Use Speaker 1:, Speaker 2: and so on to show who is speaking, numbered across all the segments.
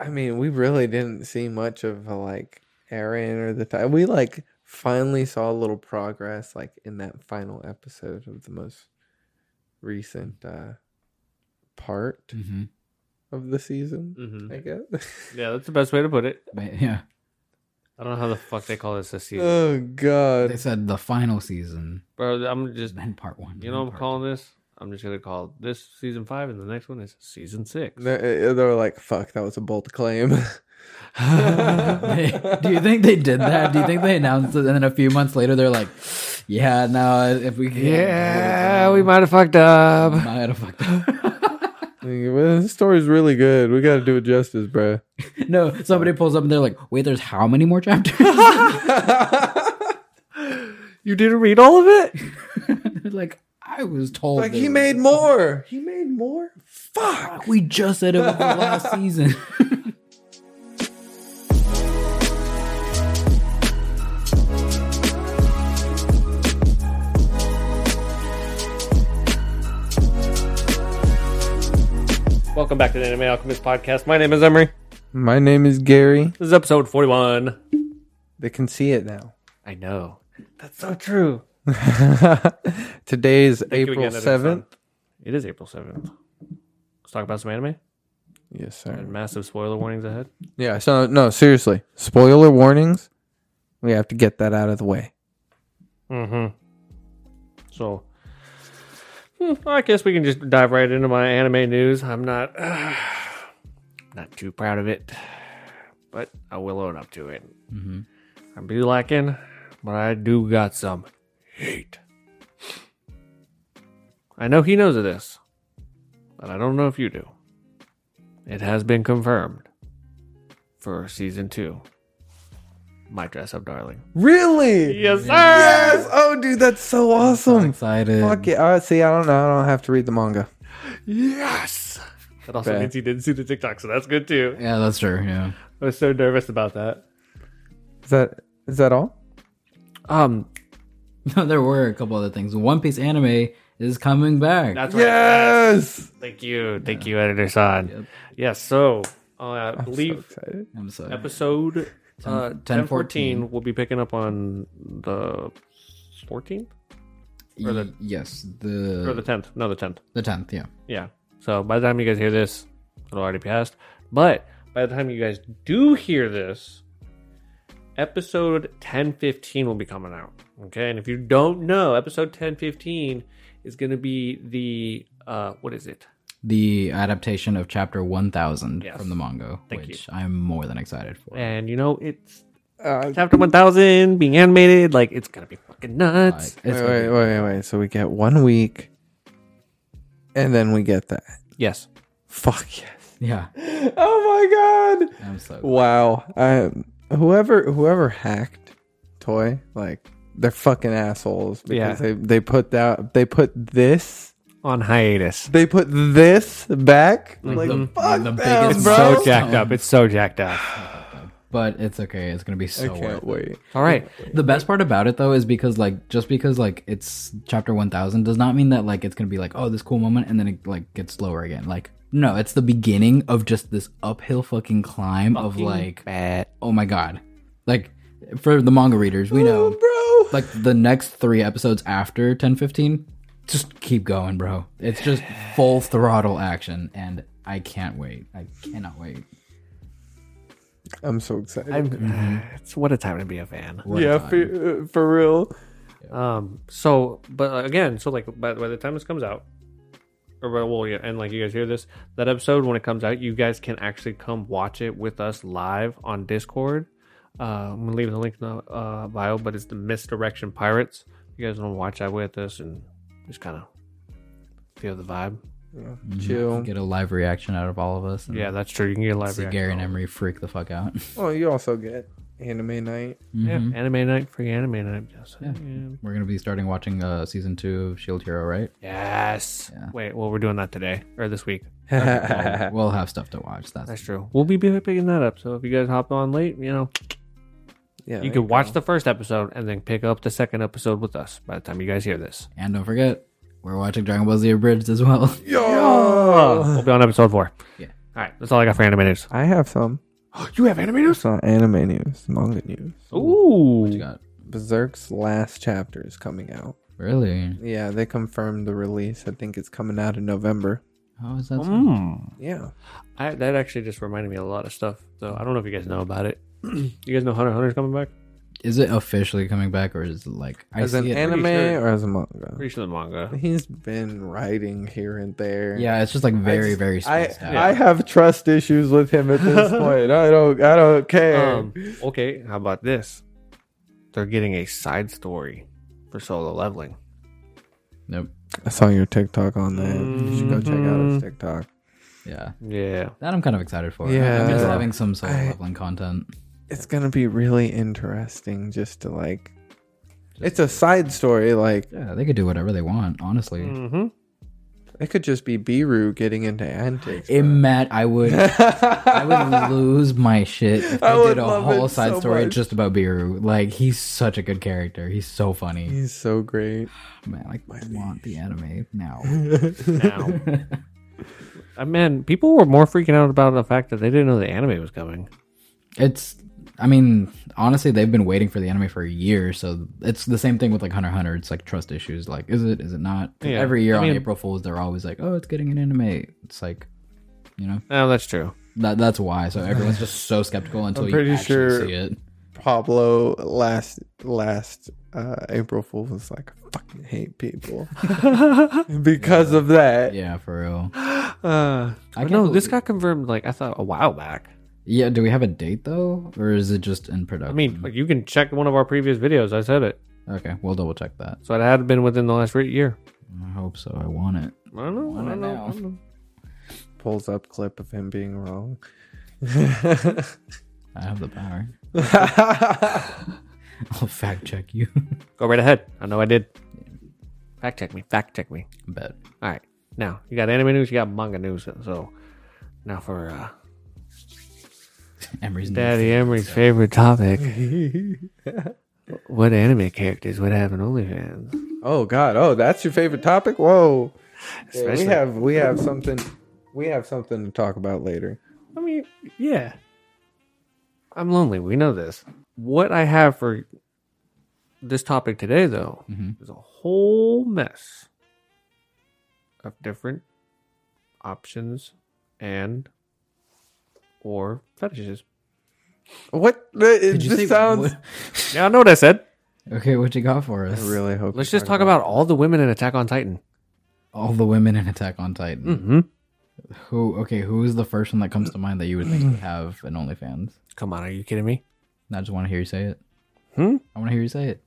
Speaker 1: I mean, we really didn't see much of a, like Aaron or the time. We like finally saw a little progress like in that final episode of the most recent uh part
Speaker 2: Mm-hmm.
Speaker 1: of the season,
Speaker 3: Mm. Mm-hmm.
Speaker 1: I guess.
Speaker 3: Yeah, that's the best way to put it.
Speaker 2: yeah,
Speaker 3: I don't know how the fuck they call this this season.
Speaker 1: oh
Speaker 2: they
Speaker 1: god.
Speaker 2: said the final season,
Speaker 3: Bro, I'm just,
Speaker 2: then part one.
Speaker 3: you
Speaker 2: then
Speaker 3: know, what I'm
Speaker 2: part
Speaker 3: calling this. I'm just gonna call this season five, and the next one is season six.
Speaker 1: They're, they're uh, like, fuck, that was a bold claim.
Speaker 2: They- do you think they did that? Do you think they announced it and then a few months later they're like, "Yeah, no, if we can't,
Speaker 3: Yeah, we might have fucked up.
Speaker 2: I had a fucked up."
Speaker 1: Like, well, this story's really good. We got to do it justice, bro.
Speaker 2: no, somebody pulls up and they're like, "Wait, there's how many more chapters?"
Speaker 3: You didn't read all of it?
Speaker 2: They're like, "I was told."
Speaker 1: like
Speaker 2: there
Speaker 1: he
Speaker 2: was-
Speaker 1: made more. He made more. Fuck.
Speaker 2: We just said it was the last season.
Speaker 3: Welcome back to the Anime Alchemist podcast. My name is Emery.
Speaker 1: My name is Gary.
Speaker 3: This is episode 41.
Speaker 1: They can see it now.
Speaker 3: I know. That's so true.
Speaker 1: Today is
Speaker 3: Thank you
Speaker 1: April
Speaker 3: again, Editor Son.
Speaker 1: seventh.
Speaker 3: It is April 7th. Let's talk about some anime
Speaker 1: Yes,
Speaker 3: and
Speaker 1: sir.
Speaker 3: massive spoiler warnings ahead.
Speaker 1: Yeah. So no, seriously. Spoiler warnings. We have to get that out of the way.
Speaker 3: Mm-hmm. So, hmm, I guess we can just dive right into my anime news. I'm not not too proud of it, but I will own up to it. Mm-hmm.
Speaker 2: Mhm.
Speaker 3: I be lacking, but I do got some hate. I know he knows of this, but I don't know if you do. It has been confirmed for season two. My dress up, darling.
Speaker 1: Really?
Speaker 3: Yes, sir.
Speaker 1: Yes. Oh, dude, that's so
Speaker 2: I'm
Speaker 1: awesome.
Speaker 2: excited.
Speaker 1: Fuck it. All right. See, I don't know. I don't have to read the manga.
Speaker 3: Yes. That also
Speaker 1: Bad.
Speaker 3: means he didn't see the TikTok, so that's good too.
Speaker 2: Yeah, that's true. Yeah.
Speaker 3: I was so nervous about that.
Speaker 1: Is that is that all?
Speaker 3: Um,
Speaker 2: No, there were a couple other things. One Piece anime is coming back.
Speaker 3: that's right.
Speaker 1: Yes.
Speaker 3: Thank you, thank you, editor son.
Speaker 2: Yep.
Speaker 3: Yes. So, uh, I
Speaker 1: I'm so
Speaker 3: believe
Speaker 1: excited.
Speaker 2: I'm sorry.
Speaker 3: episode uh,
Speaker 2: 10,
Speaker 3: 10 14 will be picking up on the 14th or the-
Speaker 2: Y- yes,
Speaker 3: or
Speaker 2: the
Speaker 3: the 10th. No, the 10th.
Speaker 2: the tenth. Yeah.
Speaker 3: Yeah. So by the time you guys hear this, it'll already passed. But by the time you guys do hear this, episode 1015 will be coming out. Okay. And if you don't know, episode 1015 is going to be the, uh, what is it?
Speaker 2: the adaptation of chapter 1000
Speaker 3: Yes.
Speaker 2: from the manga
Speaker 3: Thank
Speaker 2: which i'm more than excited for
Speaker 3: And you know, it's
Speaker 1: Uh,
Speaker 3: chapter 1000 being animated. Like, it's going to be fucking
Speaker 2: Like,
Speaker 3: nuts.
Speaker 2: it's
Speaker 1: wait,
Speaker 2: gonna
Speaker 1: wait,
Speaker 2: be-
Speaker 1: wait, wait. So we get one week, and then we get that.
Speaker 3: Yes.
Speaker 1: Fuck yes!
Speaker 2: yeah
Speaker 1: Oh my god!
Speaker 2: i'm so
Speaker 1: Wow. I, whoever whoever hacked Toy, like they're fucking assholes because they they put that they put this
Speaker 3: On hiatus.
Speaker 1: they put this back like
Speaker 2: the-
Speaker 1: fuck
Speaker 2: the
Speaker 1: them,
Speaker 2: biggest
Speaker 1: bro.
Speaker 3: So jacked up. It's so jacked up.
Speaker 2: but it's okay it's gonna be
Speaker 1: I
Speaker 2: so
Speaker 1: can't
Speaker 2: worth
Speaker 1: wait.
Speaker 3: All right.
Speaker 2: it. the best part about it though is because like just because like it's chapter 1000 does not mean that like it's gonna be like oh this cool moment and then it like gets slower again like no it's the beginning of just this uphill fucking climb of like oh my god like for the manga readers we know
Speaker 1: Bro.
Speaker 2: like the next three episodes after 1015 just keep going bro it's just full throttle action and i can't wait i cannot wait
Speaker 1: I'm so excited.
Speaker 3: I'm, it's what a time to be a fan.
Speaker 2: What a
Speaker 1: yeah,
Speaker 2: time.
Speaker 1: for, uh, for real.
Speaker 3: Um. So, but again, so like by, by the time this comes out, or by- well, yeah, and like you guys hear this, that episode when it comes out, you guys can actually come watch it with us live on Discord. Uh, I'm gonna leave the link in the uh, bio, but it's the Misdirection Pirates. You guys want to watch that with us and just kind of feel the vibe.
Speaker 2: Mm-hmm.
Speaker 1: Chill.
Speaker 2: get a live reaction out of all of us and
Speaker 3: Yeah, that's true. You can get a live
Speaker 2: see
Speaker 3: reaction.
Speaker 2: gary and emery freak the fuck out
Speaker 1: Well, Oh, you also get anime night.
Speaker 3: Yeah,
Speaker 2: Mhm.
Speaker 3: anime night, free anime night. Yes.
Speaker 2: Yeah. we're gonna be starting watching uh season two of shield hero right
Speaker 3: Yes.
Speaker 2: Yeah.
Speaker 3: Wait. Well, we're doing that today or this week.
Speaker 2: Well, we'll have stuff to watch that's,
Speaker 3: That's true. We'll be picking that up. So if you guys hop on late, you know,
Speaker 1: yeah,
Speaker 3: you
Speaker 1: there
Speaker 3: can watch the first episode and then pick up the second episode with us by the time you guys hear this.
Speaker 2: and don't forget we're watching dragon ball z abridged as well
Speaker 1: go.
Speaker 3: We'll be on episode four.
Speaker 2: Yeah.
Speaker 3: All right, that's all I got for anime news.
Speaker 1: I have some.
Speaker 3: Oh, you have anime
Speaker 1: Here's some anime news, manga news.
Speaker 2: What you
Speaker 3: Ooh,
Speaker 2: got?
Speaker 1: Berserk's last chapter is coming out.
Speaker 2: Really?
Speaker 1: Yeah, they confirmed the release. I think it's coming out in November.
Speaker 2: How is that? so-
Speaker 3: Mm.
Speaker 1: Yeah.
Speaker 3: I, that actually just reminded me of a lot of stuff. So I don't know if you guys know about it. you guys know Hunter x Hunter's coming back?
Speaker 2: Is it officially coming back, or is it like I
Speaker 1: as
Speaker 2: see
Speaker 1: an
Speaker 2: it?
Speaker 1: anime
Speaker 3: sure.
Speaker 1: or as a manga?
Speaker 3: Pretty sure the manga.
Speaker 1: He's been writing here and there.
Speaker 2: Yeah, it's just like very,
Speaker 1: just-
Speaker 2: very.
Speaker 1: I
Speaker 2: spaced out.
Speaker 1: I have trust issues with him at this point. I don't I don't care.
Speaker 3: Um, okay, how about this? They're getting a side story for solo leveling.
Speaker 2: Nope.
Speaker 1: I saw your TikTok on that. You should go check out
Speaker 2: Mm.
Speaker 1: his TikTok.
Speaker 2: Yeah,
Speaker 3: Yeah.
Speaker 2: that I'm kind of excited for.
Speaker 1: Yeah.
Speaker 2: I'm just having some solo
Speaker 1: I-
Speaker 2: leveling content.
Speaker 1: It's gonna be really interesting just to like. It's a side story. Like
Speaker 2: Yeah, they could do whatever they want. Honestly,
Speaker 1: Mm.
Speaker 3: Mm-hmm.
Speaker 1: it could just be Biru getting into antics.
Speaker 2: Matt, I would, I would lose my shit if
Speaker 1: I
Speaker 2: I
Speaker 1: would
Speaker 2: did a
Speaker 1: love
Speaker 2: whole
Speaker 1: it
Speaker 2: side
Speaker 1: so
Speaker 2: story
Speaker 1: much.
Speaker 2: just about Biru. Like he's such a good character. He's so funny.
Speaker 1: He's so great.
Speaker 2: Man, I want the anime now.
Speaker 3: Now, Uh, man, people were more freaking out about the fact that they didn't know the anime was coming.
Speaker 2: It's, I mean, honestly, they've been waiting for the anime for a year, so it's the same thing with like Hunter x Hunter. It's like trust issues. Like, is it? Is it not? 'Cause
Speaker 3: Yeah.
Speaker 2: Every year
Speaker 3: I
Speaker 2: on
Speaker 3: mean-
Speaker 2: April Fools, they're always like, "Oh, it's getting an anime." It's like, you know,
Speaker 3: No, Oh, that's true.
Speaker 2: that that's why. So everyone's just so skeptical until you
Speaker 1: pretty
Speaker 2: actually
Speaker 1: sure-
Speaker 2: see it.
Speaker 1: Pablo last last uh, April Fool was like, I fucking hate people because of that.
Speaker 2: Yeah, for real.
Speaker 3: Uh,
Speaker 2: I
Speaker 3: but
Speaker 2: can't
Speaker 3: no, this
Speaker 2: believe-
Speaker 3: got confirmed like I thought a while back.
Speaker 2: Yeah, do we have a date though, or is it just in production?
Speaker 3: I mean, like, you can check one of our previous videos. I said it,
Speaker 2: okay, we'll double check that.
Speaker 3: so it had been within the last re- year.
Speaker 2: I hope so. I want it.
Speaker 3: I don't know. I
Speaker 2: Want it
Speaker 3: don't know.
Speaker 2: now.
Speaker 3: I don't know.
Speaker 1: Pulls up clip of him being wrong.
Speaker 2: I have the power. I'll fact check you.
Speaker 3: Go right ahead. I know I did. Fact check me. Fact check me.
Speaker 2: Bet.
Speaker 3: All right. Now you got anime news. You got manga news. So now for uh,
Speaker 2: Emery's dead.
Speaker 3: Daddy Emery's favorite topic: What anime characters would have an OnlyFans?
Speaker 1: oh God! Oh, that's your favorite topic. Whoa! Yeah, we
Speaker 3: Especially-
Speaker 1: have we have something we have something to talk about later.
Speaker 3: I mean, yeah. I'm lonely. We know this. What I have for this topic today, though,
Speaker 2: Mhm.
Speaker 3: is a whole mess of different options and or fetishes.
Speaker 1: What? It just sounds.
Speaker 3: Yeah, I know what I said.
Speaker 2: Okay, what you got for
Speaker 1: I
Speaker 2: us?
Speaker 1: really hope.
Speaker 3: Let's
Speaker 1: you
Speaker 3: just talk about all the women in Attack on Titan.
Speaker 2: All the women in Attack on Titan.
Speaker 3: Mm-hmm.
Speaker 2: Who? Okay, who is the first one that comes to mind that you would think
Speaker 3: Hmm.
Speaker 2: would have an OnlyFans?
Speaker 3: Come on, are you kidding me?
Speaker 2: I just want to hear you say it.
Speaker 3: Hmm?
Speaker 2: I want to hear you say it.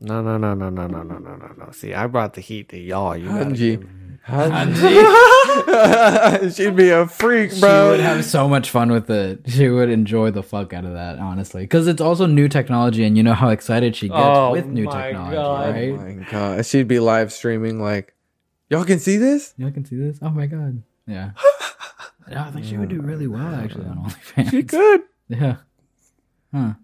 Speaker 3: No, no, no, no, no, no, no, no, no, no. See, I brought the heat to y'all. You gotta
Speaker 1: Hanji.
Speaker 3: give-
Speaker 1: Hanji. She'd be a freak,
Speaker 2: She
Speaker 1: bro.
Speaker 2: would have so much fun with it. She would enjoy the fuck out of that, honestly. Because it's also new technology, and you know how excited she gets
Speaker 3: Oh
Speaker 2: with new
Speaker 3: my
Speaker 2: technology,
Speaker 3: God.
Speaker 1: oh
Speaker 2: right?
Speaker 1: my God! She'd be live streaming like, y'all can see this.
Speaker 2: Y'all can see this. Oh my god. Yeah. Yeah, I think she would do really well actually on OnlyFans.
Speaker 3: She could.
Speaker 2: Yeah. Huh.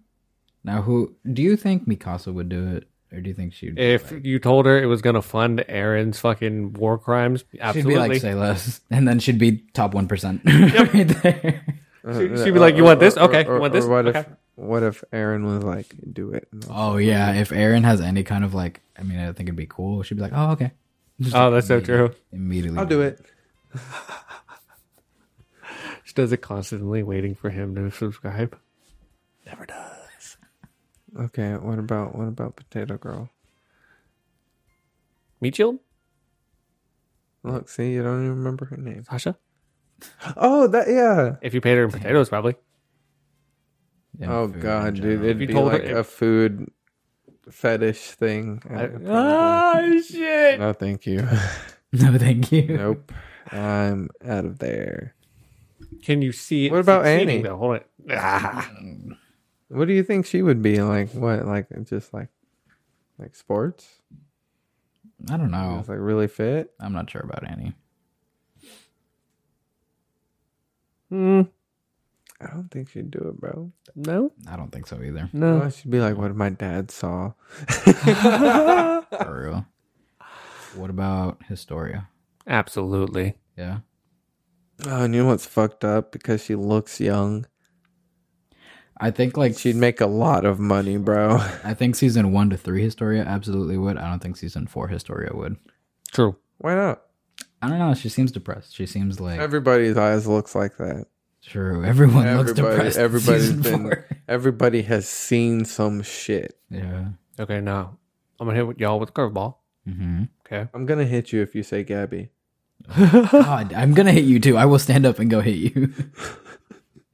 Speaker 2: Now, who do you think Mikasa would do it, or do you think she'd?
Speaker 3: If you told her it was gonna fund Aaron's fucking war crimes,
Speaker 2: she'd be
Speaker 3: absolutely.
Speaker 2: like say less, and then she'd be top one percent. right there.
Speaker 3: She- she'd be like, "You want this? Okay, you want this?
Speaker 1: Uh, Or what if?
Speaker 3: Okay."
Speaker 1: What if Aaron was like, do it?
Speaker 2: Oh yeah. If Aaron has any kind of like, I mean, I think it'd be cool. She'd be like, oh okay. Just,
Speaker 3: oh,
Speaker 2: like,
Speaker 3: that's so true.
Speaker 2: Immediately,
Speaker 1: I'll do it.
Speaker 3: She does it constantly, waiting for him to subscribe. Never does.
Speaker 1: Okay. What about what about Potato Girl?
Speaker 3: Meat Shield,
Speaker 1: Look, see, you don't even remember her name.
Speaker 3: Sasha.
Speaker 1: Oh, that yeah.
Speaker 3: If you paid her in potatoes, probably.
Speaker 2: Yeah,
Speaker 1: Oh
Speaker 2: food in
Speaker 1: god, dude,
Speaker 2: general.
Speaker 1: it'd
Speaker 3: If you
Speaker 1: be
Speaker 3: told her-
Speaker 1: like a food fetish thing. Uh, probably.
Speaker 3: Ah, shit.
Speaker 1: no, thank you.
Speaker 2: No, thank you.
Speaker 1: nope, I'm out of there.
Speaker 3: Can you see? it
Speaker 1: What about
Speaker 3: succeeding,
Speaker 1: Annie?
Speaker 3: Though? Hold it. Ah.
Speaker 1: What do you think she would be like? What like just like like sports?
Speaker 2: I don't
Speaker 3: Oh.
Speaker 2: know.
Speaker 1: Just like really fit.
Speaker 2: I'm not sure about Annie.
Speaker 3: Hmm.
Speaker 1: I don't think she'd do it, bro.
Speaker 3: no,
Speaker 2: I don't think so either.
Speaker 3: no.
Speaker 1: Oh, she'd be like, "What my dad saw."
Speaker 2: For real. What about Historia?
Speaker 3: Absolutely.
Speaker 2: Yeah.
Speaker 1: Oh, and you know what's fucked up? Because she looks young.
Speaker 2: I think like
Speaker 1: She'd make a lot of money, bro.
Speaker 2: I think season one to three Historia absolutely would. I don't think season four Historia would.
Speaker 3: True.
Speaker 1: Why not?
Speaker 2: I don't know. She seems depressed. She seems like
Speaker 1: Everybody's eyes looks like that.
Speaker 2: true. Everyone looks
Speaker 1: Everybody-
Speaker 2: depressed. in
Speaker 1: everybody's
Speaker 2: season
Speaker 1: been-
Speaker 2: four.
Speaker 1: Everybody has seen some shit.
Speaker 2: Yeah.
Speaker 3: Okay, now I'm gonna hit with y'all with a curveball.
Speaker 2: Mm-hmm.
Speaker 3: Okay.
Speaker 1: I'm gonna hit you if you say Gabby.
Speaker 2: God, I'm gonna hit you too. I will stand up and go hit you.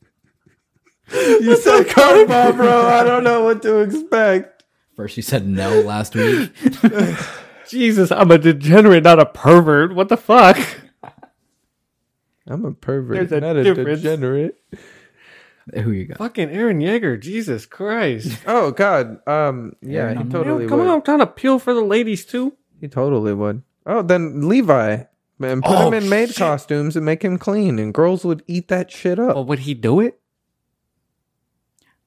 Speaker 1: You said curveball, bro. I don't know what to expect.
Speaker 2: First, you said no last week.
Speaker 3: Jesus, I'm a degenerate, not a pervert. What the fuck?
Speaker 1: I'm a pervert,
Speaker 3: There's a
Speaker 1: not a
Speaker 3: difference.
Speaker 1: degenerate.
Speaker 2: Who you got?
Speaker 3: Fucking Aaron Yeager. Jesus Christ.
Speaker 1: Oh God. Um. Yeah,
Speaker 2: Yeah,
Speaker 1: he
Speaker 2: no,
Speaker 1: totally
Speaker 3: Man, come
Speaker 1: would.
Speaker 3: on, I'm trying to peel for the ladies too.
Speaker 1: He totally would. Oh, then Levi. Man, put
Speaker 3: Oh,
Speaker 1: him in maid
Speaker 3: shit.
Speaker 1: costumes and make him clean, and girls would eat that shit up.
Speaker 3: But would he do it?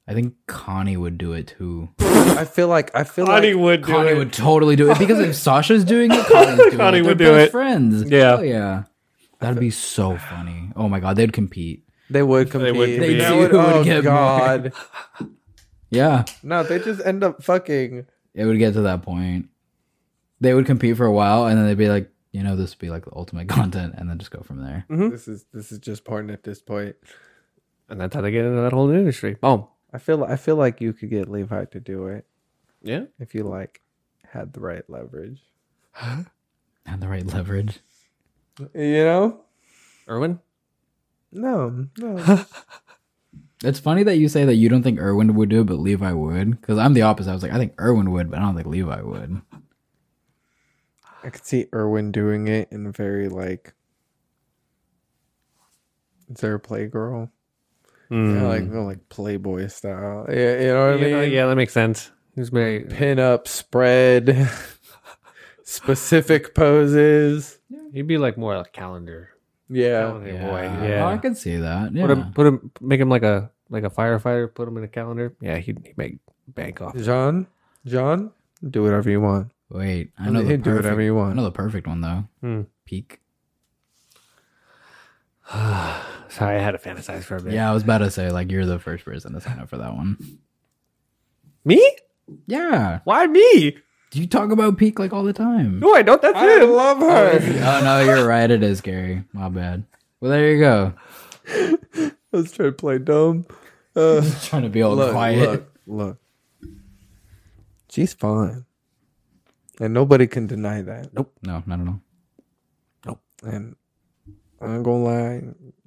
Speaker 2: I think Connie would do it too.
Speaker 1: I feel like I feel like
Speaker 3: would
Speaker 2: Connie would totally do it because if Sasha's doing it, Connie's doing
Speaker 3: Connie
Speaker 2: it.
Speaker 3: would
Speaker 2: They're
Speaker 3: do
Speaker 2: best
Speaker 3: it.
Speaker 2: Friends.
Speaker 3: Yeah.
Speaker 2: Hell yeah. That'd be so funny. Oh my god, they'd compete.
Speaker 1: they would
Speaker 3: They
Speaker 1: compete.
Speaker 3: would compete.
Speaker 2: They would
Speaker 1: oh
Speaker 2: get more.
Speaker 1: God!
Speaker 2: Yeah,
Speaker 1: No, they just end up fucking.
Speaker 2: it would get to that point. They would compete for a while, and then they'd be like, you know, this would be like the ultimate content, and then just go from there.
Speaker 1: This is this is just porn at this point.
Speaker 3: And that's how they get into that whole industry. Boom.
Speaker 1: I feel I feel like you could get Levi to do it
Speaker 3: Yeah.
Speaker 1: if you like had the right leverage.
Speaker 2: Have the right leverage.
Speaker 1: You know?
Speaker 3: Erwin?
Speaker 1: No, no.
Speaker 2: It's funny that you say that you don't think Irwin would do it, but Levi would. Because I'm the opposite. I was like, I think Irwin would, but I don't think Levi would.
Speaker 1: I could see Irwin doing it in a very like. Is there a playgirl? Yeah, like more like Playboy style. Yeah, you know what
Speaker 3: Hmm. You
Speaker 1: I
Speaker 3: know,
Speaker 1: mean.
Speaker 3: yeah, that makes sense. He's very
Speaker 1: Pin up, spread, specific poses.
Speaker 3: he'd be like more like calendar.
Speaker 1: Yeah,
Speaker 3: Calendar boy. Yeah.
Speaker 2: Oh, I could see that. Yeah.
Speaker 3: Put him put him make him like a like a firefighter, put him in a calendar. Yeah, he'd, he'd make bank off.
Speaker 1: John, John, do whatever you want.
Speaker 2: Wait, I know the
Speaker 1: He'd do
Speaker 2: perfect.
Speaker 1: whatever you
Speaker 2: I
Speaker 1: want.
Speaker 2: know the perfect one though.
Speaker 3: Hmm.
Speaker 2: Peak.
Speaker 3: Sorry, I had to fantasize for a bit.
Speaker 2: Yeah, I was about to say like you're the first person to sign up for that one.
Speaker 3: Me?
Speaker 2: Yeah,
Speaker 3: Why me?
Speaker 2: you talk about peak like all the time.
Speaker 3: No, I don't. That's
Speaker 1: I
Speaker 3: him.
Speaker 1: love her.
Speaker 2: oh no, you're right. It is Gary. My bad. Well, there you go.
Speaker 1: I was trying to play dumb. Uh,
Speaker 2: Trying to be all
Speaker 1: look,
Speaker 2: quiet.
Speaker 1: look, look. She's fine, and nobody can deny that.
Speaker 2: No, not at all.
Speaker 1: And I'm not gonna lie,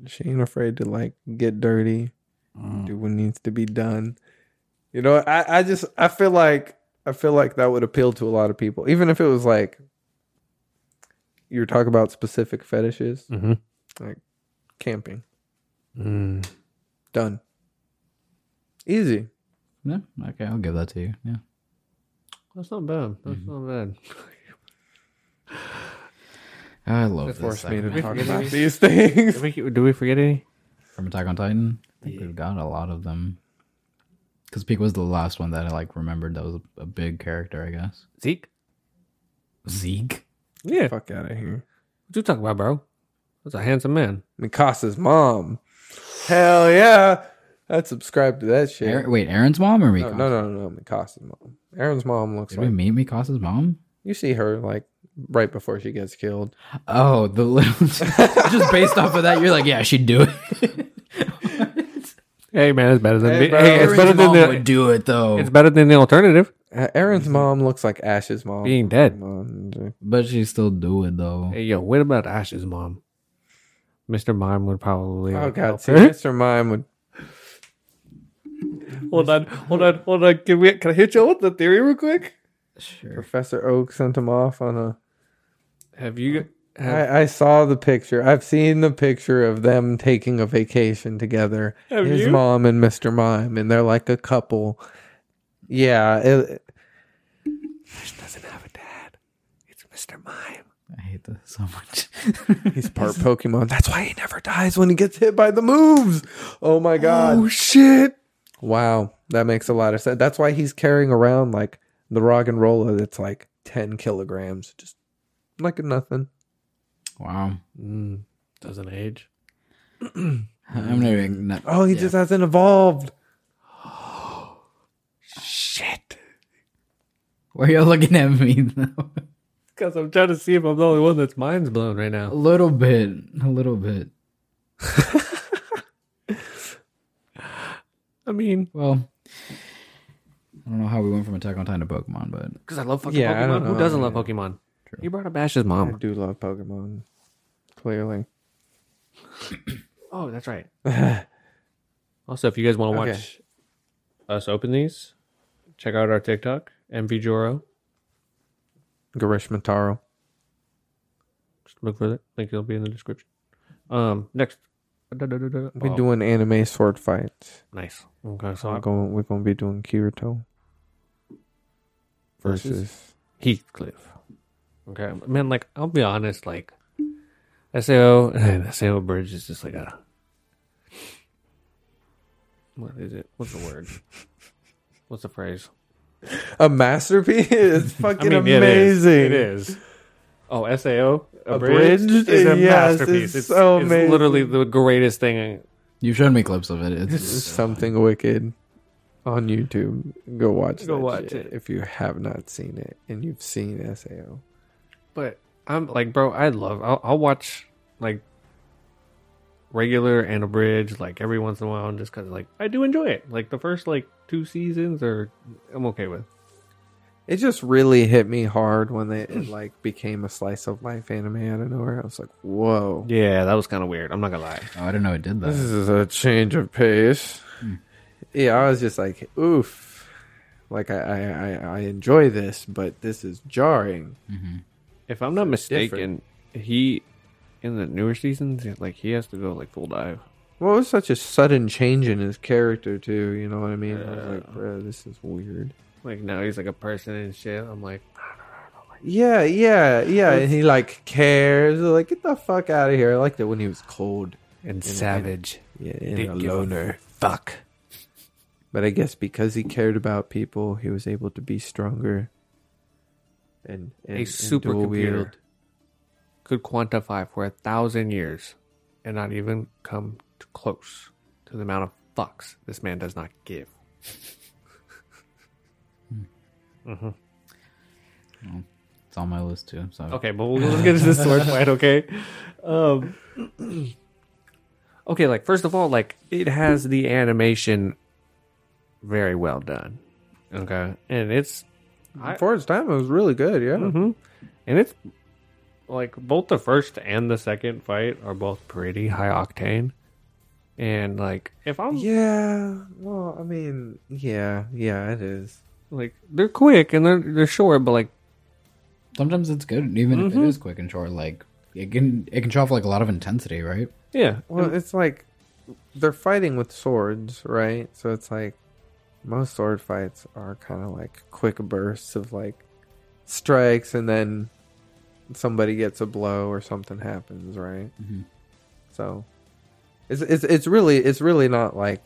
Speaker 1: she ain't afraid to like get dirty, do what needs to be done. You know, I, I just I feel like I feel like that would appeal to a lot of people, even if it was like you're talking about specific fetishes,
Speaker 3: Mm-hmm.
Speaker 1: camping,
Speaker 3: Mm.
Speaker 1: done, easy.
Speaker 2: Yeah, okay, I'll give that to you. Yeah.
Speaker 3: That's not bad. That's not bad.
Speaker 2: I love
Speaker 1: They
Speaker 2: this
Speaker 1: forced me
Speaker 2: segment.
Speaker 1: to talk about
Speaker 3: Forgetting-
Speaker 1: these things.
Speaker 3: Did we, do we forget any?
Speaker 2: from Attack on Titan. I think
Speaker 3: Yeah.
Speaker 2: we've got a lot of them. Because Peak was the last one that I like remembered that was a, a big character, I guess.
Speaker 3: Zeke?
Speaker 2: Zeke.
Speaker 3: Yeah. What
Speaker 1: Fuck out of here.
Speaker 3: you talking about, bro? That's a handsome man.
Speaker 1: Mikasa's mom. Hell yeah, I'd subscribe to that shit.
Speaker 2: Aar- wait, Aaron's mom or
Speaker 1: No,
Speaker 2: Mikasa?
Speaker 1: no, no, no, Mikasa's mom. Aaron's mom looks
Speaker 2: Did
Speaker 1: like
Speaker 2: we meet Mikasa's mom?
Speaker 1: you see her like right before she gets killed.
Speaker 2: Oh, the little. just based off of that, you're like, yeah, she'd do it.
Speaker 3: Hey, man, it's better than
Speaker 1: Hey,
Speaker 3: the-
Speaker 1: bro.
Speaker 3: hey, it's
Speaker 2: Aaron's
Speaker 3: better than
Speaker 2: mom
Speaker 3: the
Speaker 2: would do it though.
Speaker 3: it's better than the alternative.
Speaker 1: A- Aaron's mom looks like Ash's mom.
Speaker 3: Mm-hmm. Being dead.
Speaker 1: Um,
Speaker 2: but she still do it though.
Speaker 3: Hey, yo, what about Ash's mom? Mr. Mime would probably.
Speaker 1: Oh
Speaker 3: help
Speaker 1: god, see,
Speaker 3: her.
Speaker 1: Mr. Mime would.
Speaker 3: Hold on, hold on, hold on. Can we? Can I hit y'all with the theory real quick?
Speaker 2: Sure.
Speaker 1: Professor Oak sent him off on a.
Speaker 3: Have you? Have,
Speaker 1: I, I saw the picture. I've seen the picture of them taking a vacation together.
Speaker 3: Have
Speaker 1: His
Speaker 3: you?
Speaker 1: mom and Mr. Mime, and they're like a couple. Yeah, it,
Speaker 3: Ash doesn't have a dad. It's Mr. Mime.
Speaker 2: I hate this so much.
Speaker 1: he's part Pokemon. That's why he never dies when he gets hit by the moves. Oh my god.
Speaker 3: Oh shit!
Speaker 1: Wow, that makes a lot of sense. That's why he's carrying around like the rock and roller that's like ten kilograms, just like nothing.
Speaker 2: wow.
Speaker 3: Mm, doesn't age.
Speaker 2: I'm not even. Not,
Speaker 1: Oh, he
Speaker 2: yeah.
Speaker 1: just hasn't evolved.
Speaker 3: Shit.
Speaker 2: Why are y'all looking at me though?
Speaker 3: Because I'm trying to see if I'm the only one that's mind's blown right
Speaker 2: a
Speaker 3: now.
Speaker 2: little bit, a little bit.
Speaker 3: I mean,
Speaker 2: Well, I don't know how we went from Attack on Titan to Pokemon, but
Speaker 3: because I love fucking
Speaker 1: Yeah, I
Speaker 3: Pokemon.
Speaker 1: don't
Speaker 3: Who
Speaker 1: know,
Speaker 3: doesn't love
Speaker 1: man.
Speaker 3: Pokemon?
Speaker 2: True.
Speaker 3: You brought up Ash's
Speaker 1: I
Speaker 3: mom.
Speaker 1: do love Pokemon. Clearly.
Speaker 3: Oh, that's right. Also, if you guys want to
Speaker 1: Okay.
Speaker 3: watch us open these, check out our TikTok, MV Joro.
Speaker 1: Garish Mataro.
Speaker 3: Just look for it. Link will be in the description. Um, next. Da, da, da, da.
Speaker 1: We're
Speaker 3: Oh,
Speaker 1: doing anime sword fights.
Speaker 3: nice. Okay, so
Speaker 1: We're
Speaker 3: I-
Speaker 1: going, we're going to be doing Kirito versus
Speaker 3: Heathcliff. Okay, man. Like, I'll be honest. Like, SAO and SAO Bridge is just like a. What is it? What's the word? What's the phrase?
Speaker 1: a masterpiece. It's
Speaker 3: I
Speaker 1: fucking
Speaker 3: mean, it is.
Speaker 1: amazing.
Speaker 3: It is. Oh, SAO
Speaker 1: Abridged?
Speaker 3: abridged is a
Speaker 1: Yes, it's
Speaker 3: masterpiece. It's,
Speaker 1: so
Speaker 3: it's
Speaker 1: amazing.
Speaker 3: literally the greatest thing.
Speaker 2: you've shown me clips of it. It's,
Speaker 1: Something wicked on YouTube. Go watch.
Speaker 3: Go
Speaker 1: that
Speaker 3: watch
Speaker 1: shit
Speaker 3: it.
Speaker 1: if you have not seen it and you've seen Sao.
Speaker 3: But I'm like, bro, I love. I'll, I'll watch like regular and abridged like every once in a while, just because like I do enjoy it. Like the first like two seasons, or I'm okay with.
Speaker 1: It just really hit me hard when they it like became a slice of life anime out of nowhere. I was like, whoa,
Speaker 3: Yeah, that was kind of weird. I'm not gonna lie.
Speaker 2: Oh, I didn't know it did
Speaker 1: this
Speaker 2: that.
Speaker 1: is a change of pace. Yeah, I was just like, oof. Like I, I, I, I enjoy this, but this is jarring.
Speaker 3: If I'm not mistaken,
Speaker 1: different.
Speaker 3: he in the newer seasons, like he has to go like full dive.
Speaker 1: Well, it was such a sudden change in his character too. You know what I mean? I was like, bro, this is weird.
Speaker 3: Like now he's like a person and shit. I'm like,
Speaker 1: Yeah, yeah, yeah. And he like cares. Like, get the fuck out of here. I liked it when he was cold.
Speaker 3: and savage.
Speaker 1: Yeah,
Speaker 3: Didn't
Speaker 1: and a
Speaker 3: give a
Speaker 1: loner.
Speaker 3: Fuck.
Speaker 1: But I guess because he cared about people, he was able to be stronger. And, and
Speaker 3: a
Speaker 1: and dual
Speaker 3: supercomputer
Speaker 1: wield.
Speaker 3: could quantify for a thousand years and not even come t- close to the amount of fucks this man does not give.
Speaker 2: It's on my list too. So
Speaker 3: Okay, but we'll, let's get to this sword fight, okay? Um, okay, like, first of all, like, it has the animation very well done. Okay. And it's I-
Speaker 1: For its time, it was really good. Yeah,
Speaker 3: hmm And it's like both the first and the second fight are both pretty high octane. And like, if I'm
Speaker 1: yeah. Well, I mean, yeah, yeah, it is.
Speaker 3: like, they're quick and they're they're short, but like,
Speaker 2: sometimes it's good, even if it
Speaker 1: Mm-hmm.
Speaker 2: is quick and short. Like it can it can show off like a lot of intensity, right?
Speaker 3: yeah,
Speaker 1: Well, it's like they're fighting with swords, right? So it's like most sword fights are kind of like quick bursts of like strikes, and then somebody gets a blow or something happens, right?
Speaker 2: Mhm.
Speaker 1: So it's it's it's really it's really not like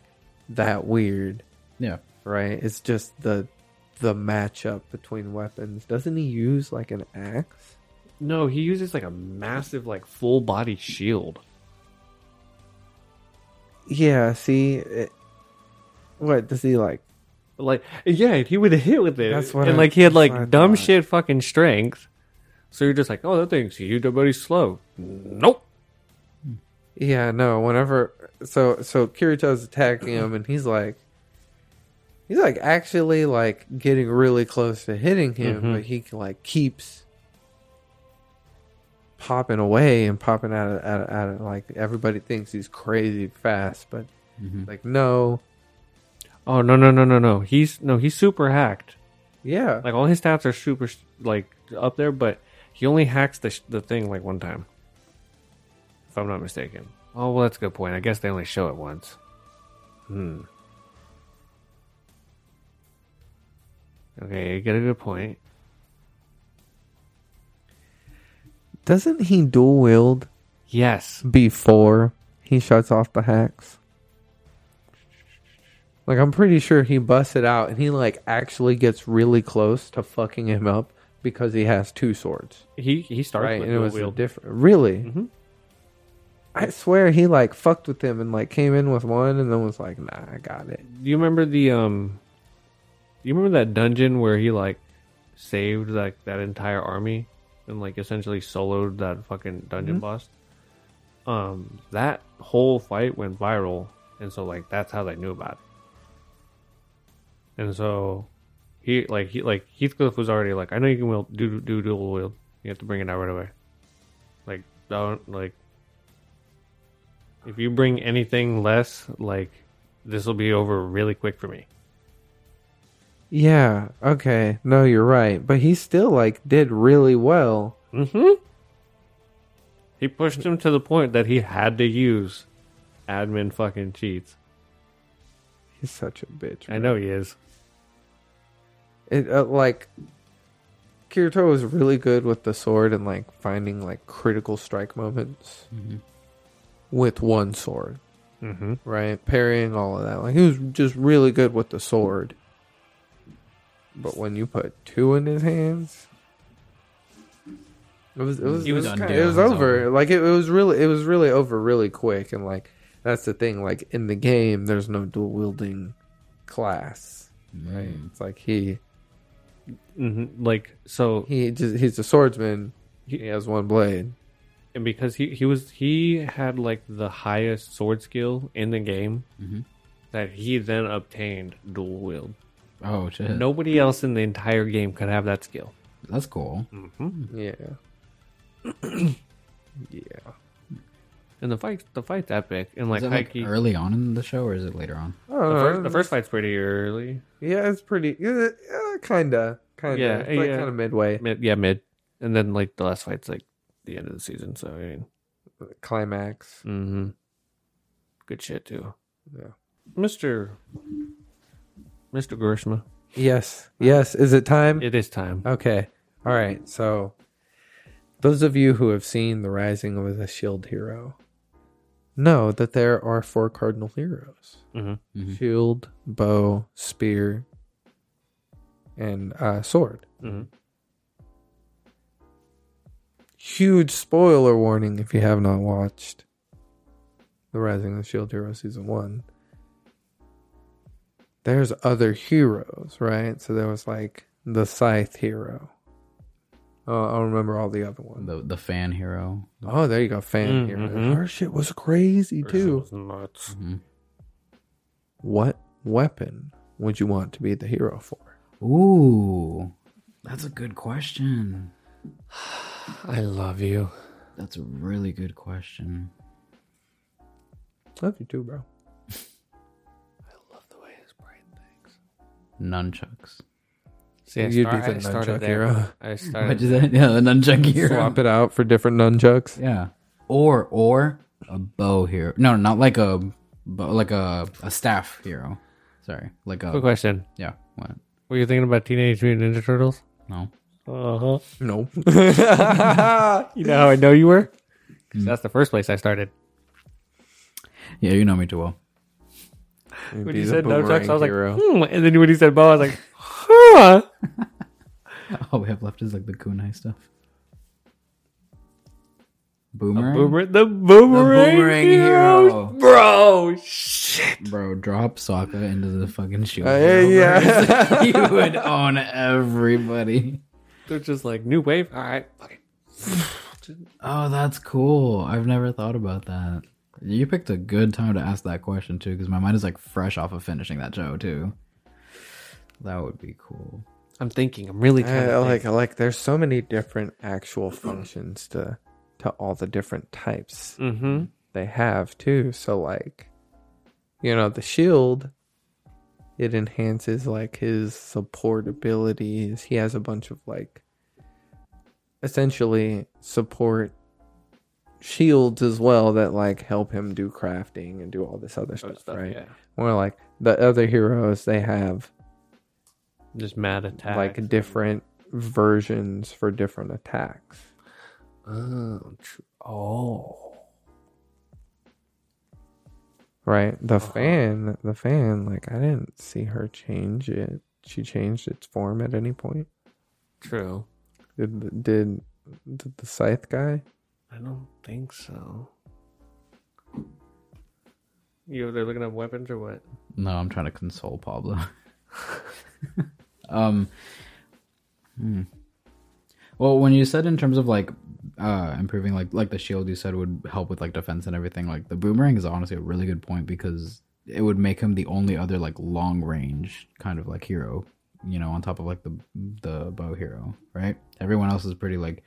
Speaker 1: that weird,
Speaker 2: Yeah.
Speaker 1: right? It's just the the matchup between weapons. Doesn't he use like an axe?
Speaker 3: no, he uses like a massive like full body shield.
Speaker 1: Yeah. See, it, what does he like?
Speaker 3: But, like, yeah, he would hit with it.
Speaker 1: That's what
Speaker 3: and
Speaker 1: I-
Speaker 3: like he had
Speaker 1: that's what I
Speaker 3: like dumb
Speaker 1: thought.
Speaker 3: shit fucking strength. So you're just like, oh, that thing's huge, but he's slow. Nope.
Speaker 1: Yeah, no, whenever so so Kirito's attacking him and he's like he's like actually like getting really close to hitting him,
Speaker 3: Mhm.
Speaker 1: but he like keeps popping away and popping out of, out of out of like everybody thinks he's crazy fast, but
Speaker 2: Mhm.
Speaker 1: like no.
Speaker 3: Oh no no no no no. He's no he's super hacked.
Speaker 1: Yeah.
Speaker 3: Like all his stats are super like up there, but he only hacks the sh- the thing like one time, if I'm not mistaken. Oh well, that's a good point. I guess they only show it once. Hmm. Okay, you get a good point.
Speaker 1: Doesn't he dual wield
Speaker 3: Yes,
Speaker 1: before he shuts off the hacks? Like I'm pretty sure he busts it out and he like actually gets really close to fucking him up because he has two swords.
Speaker 3: he he starts
Speaker 1: Right.
Speaker 3: with
Speaker 1: And it
Speaker 3: dual
Speaker 1: was a
Speaker 3: wield. Mm-hmm.
Speaker 1: different really?
Speaker 3: Mhm.
Speaker 1: I swear he like fucked with him and like came in with one and then was like, nah, I got it.
Speaker 3: Do you remember the um? Do you remember that dungeon where he like saved like that entire army and like essentially soloed that fucking dungeon boss? Um, that whole fight went viral, and so like that's how they knew about it. And so he like he like Heathcliff was already like, I know you can wield, do do dual wield. You have to bring it out right away. Like don't like if you bring anything less, like this will be over really quick for me.
Speaker 1: Yeah, okay. No, you're right. But he still like did really well.
Speaker 3: Mm-hmm. He pushed him to the point that he had to use admin fucking cheats.
Speaker 1: He's such a bitch.
Speaker 3: I know he is.
Speaker 1: It uh, like Kirito was really good with the sword and like finding like critical strike moments
Speaker 2: Mm-hmm.
Speaker 1: with one sword,
Speaker 3: Mm-hmm.
Speaker 1: right? Parrying all of that. Like he was just really good with the sword. But when you put two in his hands, it was it was
Speaker 2: He
Speaker 1: it
Speaker 2: was
Speaker 1: was,
Speaker 2: undone.
Speaker 1: kinda- it was
Speaker 2: It was
Speaker 1: over.
Speaker 2: over.
Speaker 1: Like it, it was really it was really over really quick and like that's the thing like in the game there's no dual wielding class. Right?
Speaker 2: Mm.
Speaker 1: It's like he
Speaker 3: Mm-hmm. Like so,
Speaker 1: he just he's a swordsman. He has one blade.
Speaker 3: and because he he was he had like the highest sword skill in the game
Speaker 2: Mhm.
Speaker 3: that he then obtained dual wield.
Speaker 2: Oh shit. Nope.
Speaker 3: Nobody else in the entire game could have that skill.
Speaker 2: That's cool.
Speaker 3: Mm-hmm.
Speaker 1: Yeah. yeah.
Speaker 3: And the fight the fight's epic. And like,
Speaker 2: is it like
Speaker 3: Haikyuu-
Speaker 2: early on in the show or is it later on?
Speaker 1: I don't
Speaker 3: the,
Speaker 1: know.
Speaker 3: first, the first fight's pretty early.
Speaker 1: Uh, Yeah, it's pretty. Yeah, uh, kinda, kinda.
Speaker 3: Yeah,
Speaker 1: it's like
Speaker 3: yeah.
Speaker 1: kind of midway
Speaker 3: Mid, yeah, mid. And then like the last fight's like the end of the season. So I mean,
Speaker 1: climax.
Speaker 3: mm-hmm. good shit too.
Speaker 1: Yeah.
Speaker 3: Mister Mister Gershma,
Speaker 1: Yes, yes. Is it time?
Speaker 3: it is time.
Speaker 1: Okay. All right. So, those of you who have seen The Rising of the Shield E Hero know that there are four cardinal heroes
Speaker 3: Mhm.
Speaker 2: Mhm.
Speaker 1: shield, E bow, spear, and uh, sword.
Speaker 3: Mhm.
Speaker 1: Huge spoiler warning if you have not watched The Rising of the Shield Hero Season 1. There's other heroes, right? So there was like the Scythe hero. Oh, I don't remember all the other ones.
Speaker 2: The the fan hero.
Speaker 1: Oh, there you go, fan hero.
Speaker 3: Mhm.
Speaker 1: Her shit was crazy too.
Speaker 3: Nuts.
Speaker 1: Mm-hmm.
Speaker 2: Mhm.
Speaker 1: What weapon would you want to be the hero for?
Speaker 2: Ooh. That's a good question.
Speaker 3: I love you.
Speaker 2: That's a really good question.
Speaker 1: Love you too, bro.
Speaker 3: I love the way his brain thinks.
Speaker 2: Nunchucks.
Speaker 3: See, I,
Speaker 1: You'd
Speaker 3: start,
Speaker 1: be the
Speaker 3: I started
Speaker 1: nunchuck
Speaker 3: there.
Speaker 1: hero.
Speaker 3: I
Speaker 2: What
Speaker 3: started.
Speaker 2: is that? Yeah, the nunchuck hero.
Speaker 1: Swap it out for different nunchucks.
Speaker 2: Yeah. Or or a bow hero. No, not like a bow, like a a staff hero. Sorry, like
Speaker 3: Quick
Speaker 2: a
Speaker 3: question:
Speaker 2: yeah. What?
Speaker 3: Were you thinking about Teenage Mutant Ninja Turtles?
Speaker 2: No.
Speaker 3: Uh huh.
Speaker 1: No.
Speaker 3: you know how I know you were? 'Cause that's the first place I started.
Speaker 2: Yeah, you know me too well.
Speaker 3: When you said nunchucks, I was like,
Speaker 1: hero.
Speaker 3: hmm. and then when you said bow, I was like, huh.
Speaker 2: All we have left is like the kunai stuff.
Speaker 3: A
Speaker 2: Boomerang,
Speaker 3: boomer- the boomerang,
Speaker 2: boomerang
Speaker 3: hero.
Speaker 2: hero.
Speaker 3: bro. Shit.
Speaker 2: bro, drop Sokka into the fucking shoe.
Speaker 3: Uh,
Speaker 1: Hey, yeah.
Speaker 2: you would own everybody.
Speaker 3: They're just like new wave. All right, fuck it.
Speaker 2: Oh, that's cool. I've never thought about that. You picked a good time to ask that question too, because my mind is like fresh off of finishing that show too. That would be cool.
Speaker 3: I'm thinking. I'm really
Speaker 1: I, I
Speaker 3: trying to
Speaker 1: like
Speaker 3: like.
Speaker 1: I like there's so many different actual functions to to all the different types
Speaker 3: Mm-hmm.
Speaker 1: they have too. So like you know, the shield it enhances like his support abilities. He has a bunch of like essentially support shields as well that like help him do crafting and do all this other stuff, right?
Speaker 3: Yeah.
Speaker 1: More like the other heroes they have
Speaker 3: Just mad attack.
Speaker 1: like different versions for different attacks.
Speaker 3: Oh. tr- oh.
Speaker 1: Right? The
Speaker 2: Uh-huh.
Speaker 1: fan, the fan, like I didn't see her change it. She changed its form at any point.
Speaker 3: True.
Speaker 1: Did did, did the scythe guy?
Speaker 3: I don't think so. You they're looking up weapons or what?
Speaker 2: No, I'm trying to console Pablo. um. hmm. Well, when you said in terms of like uh improving like like the shield you said would help with like defense and everything, like the boomerang is honestly a really good point because it would make him the only other like long range kind of like hero, you know, on top of like the the bow hero, right? Everyone else is pretty like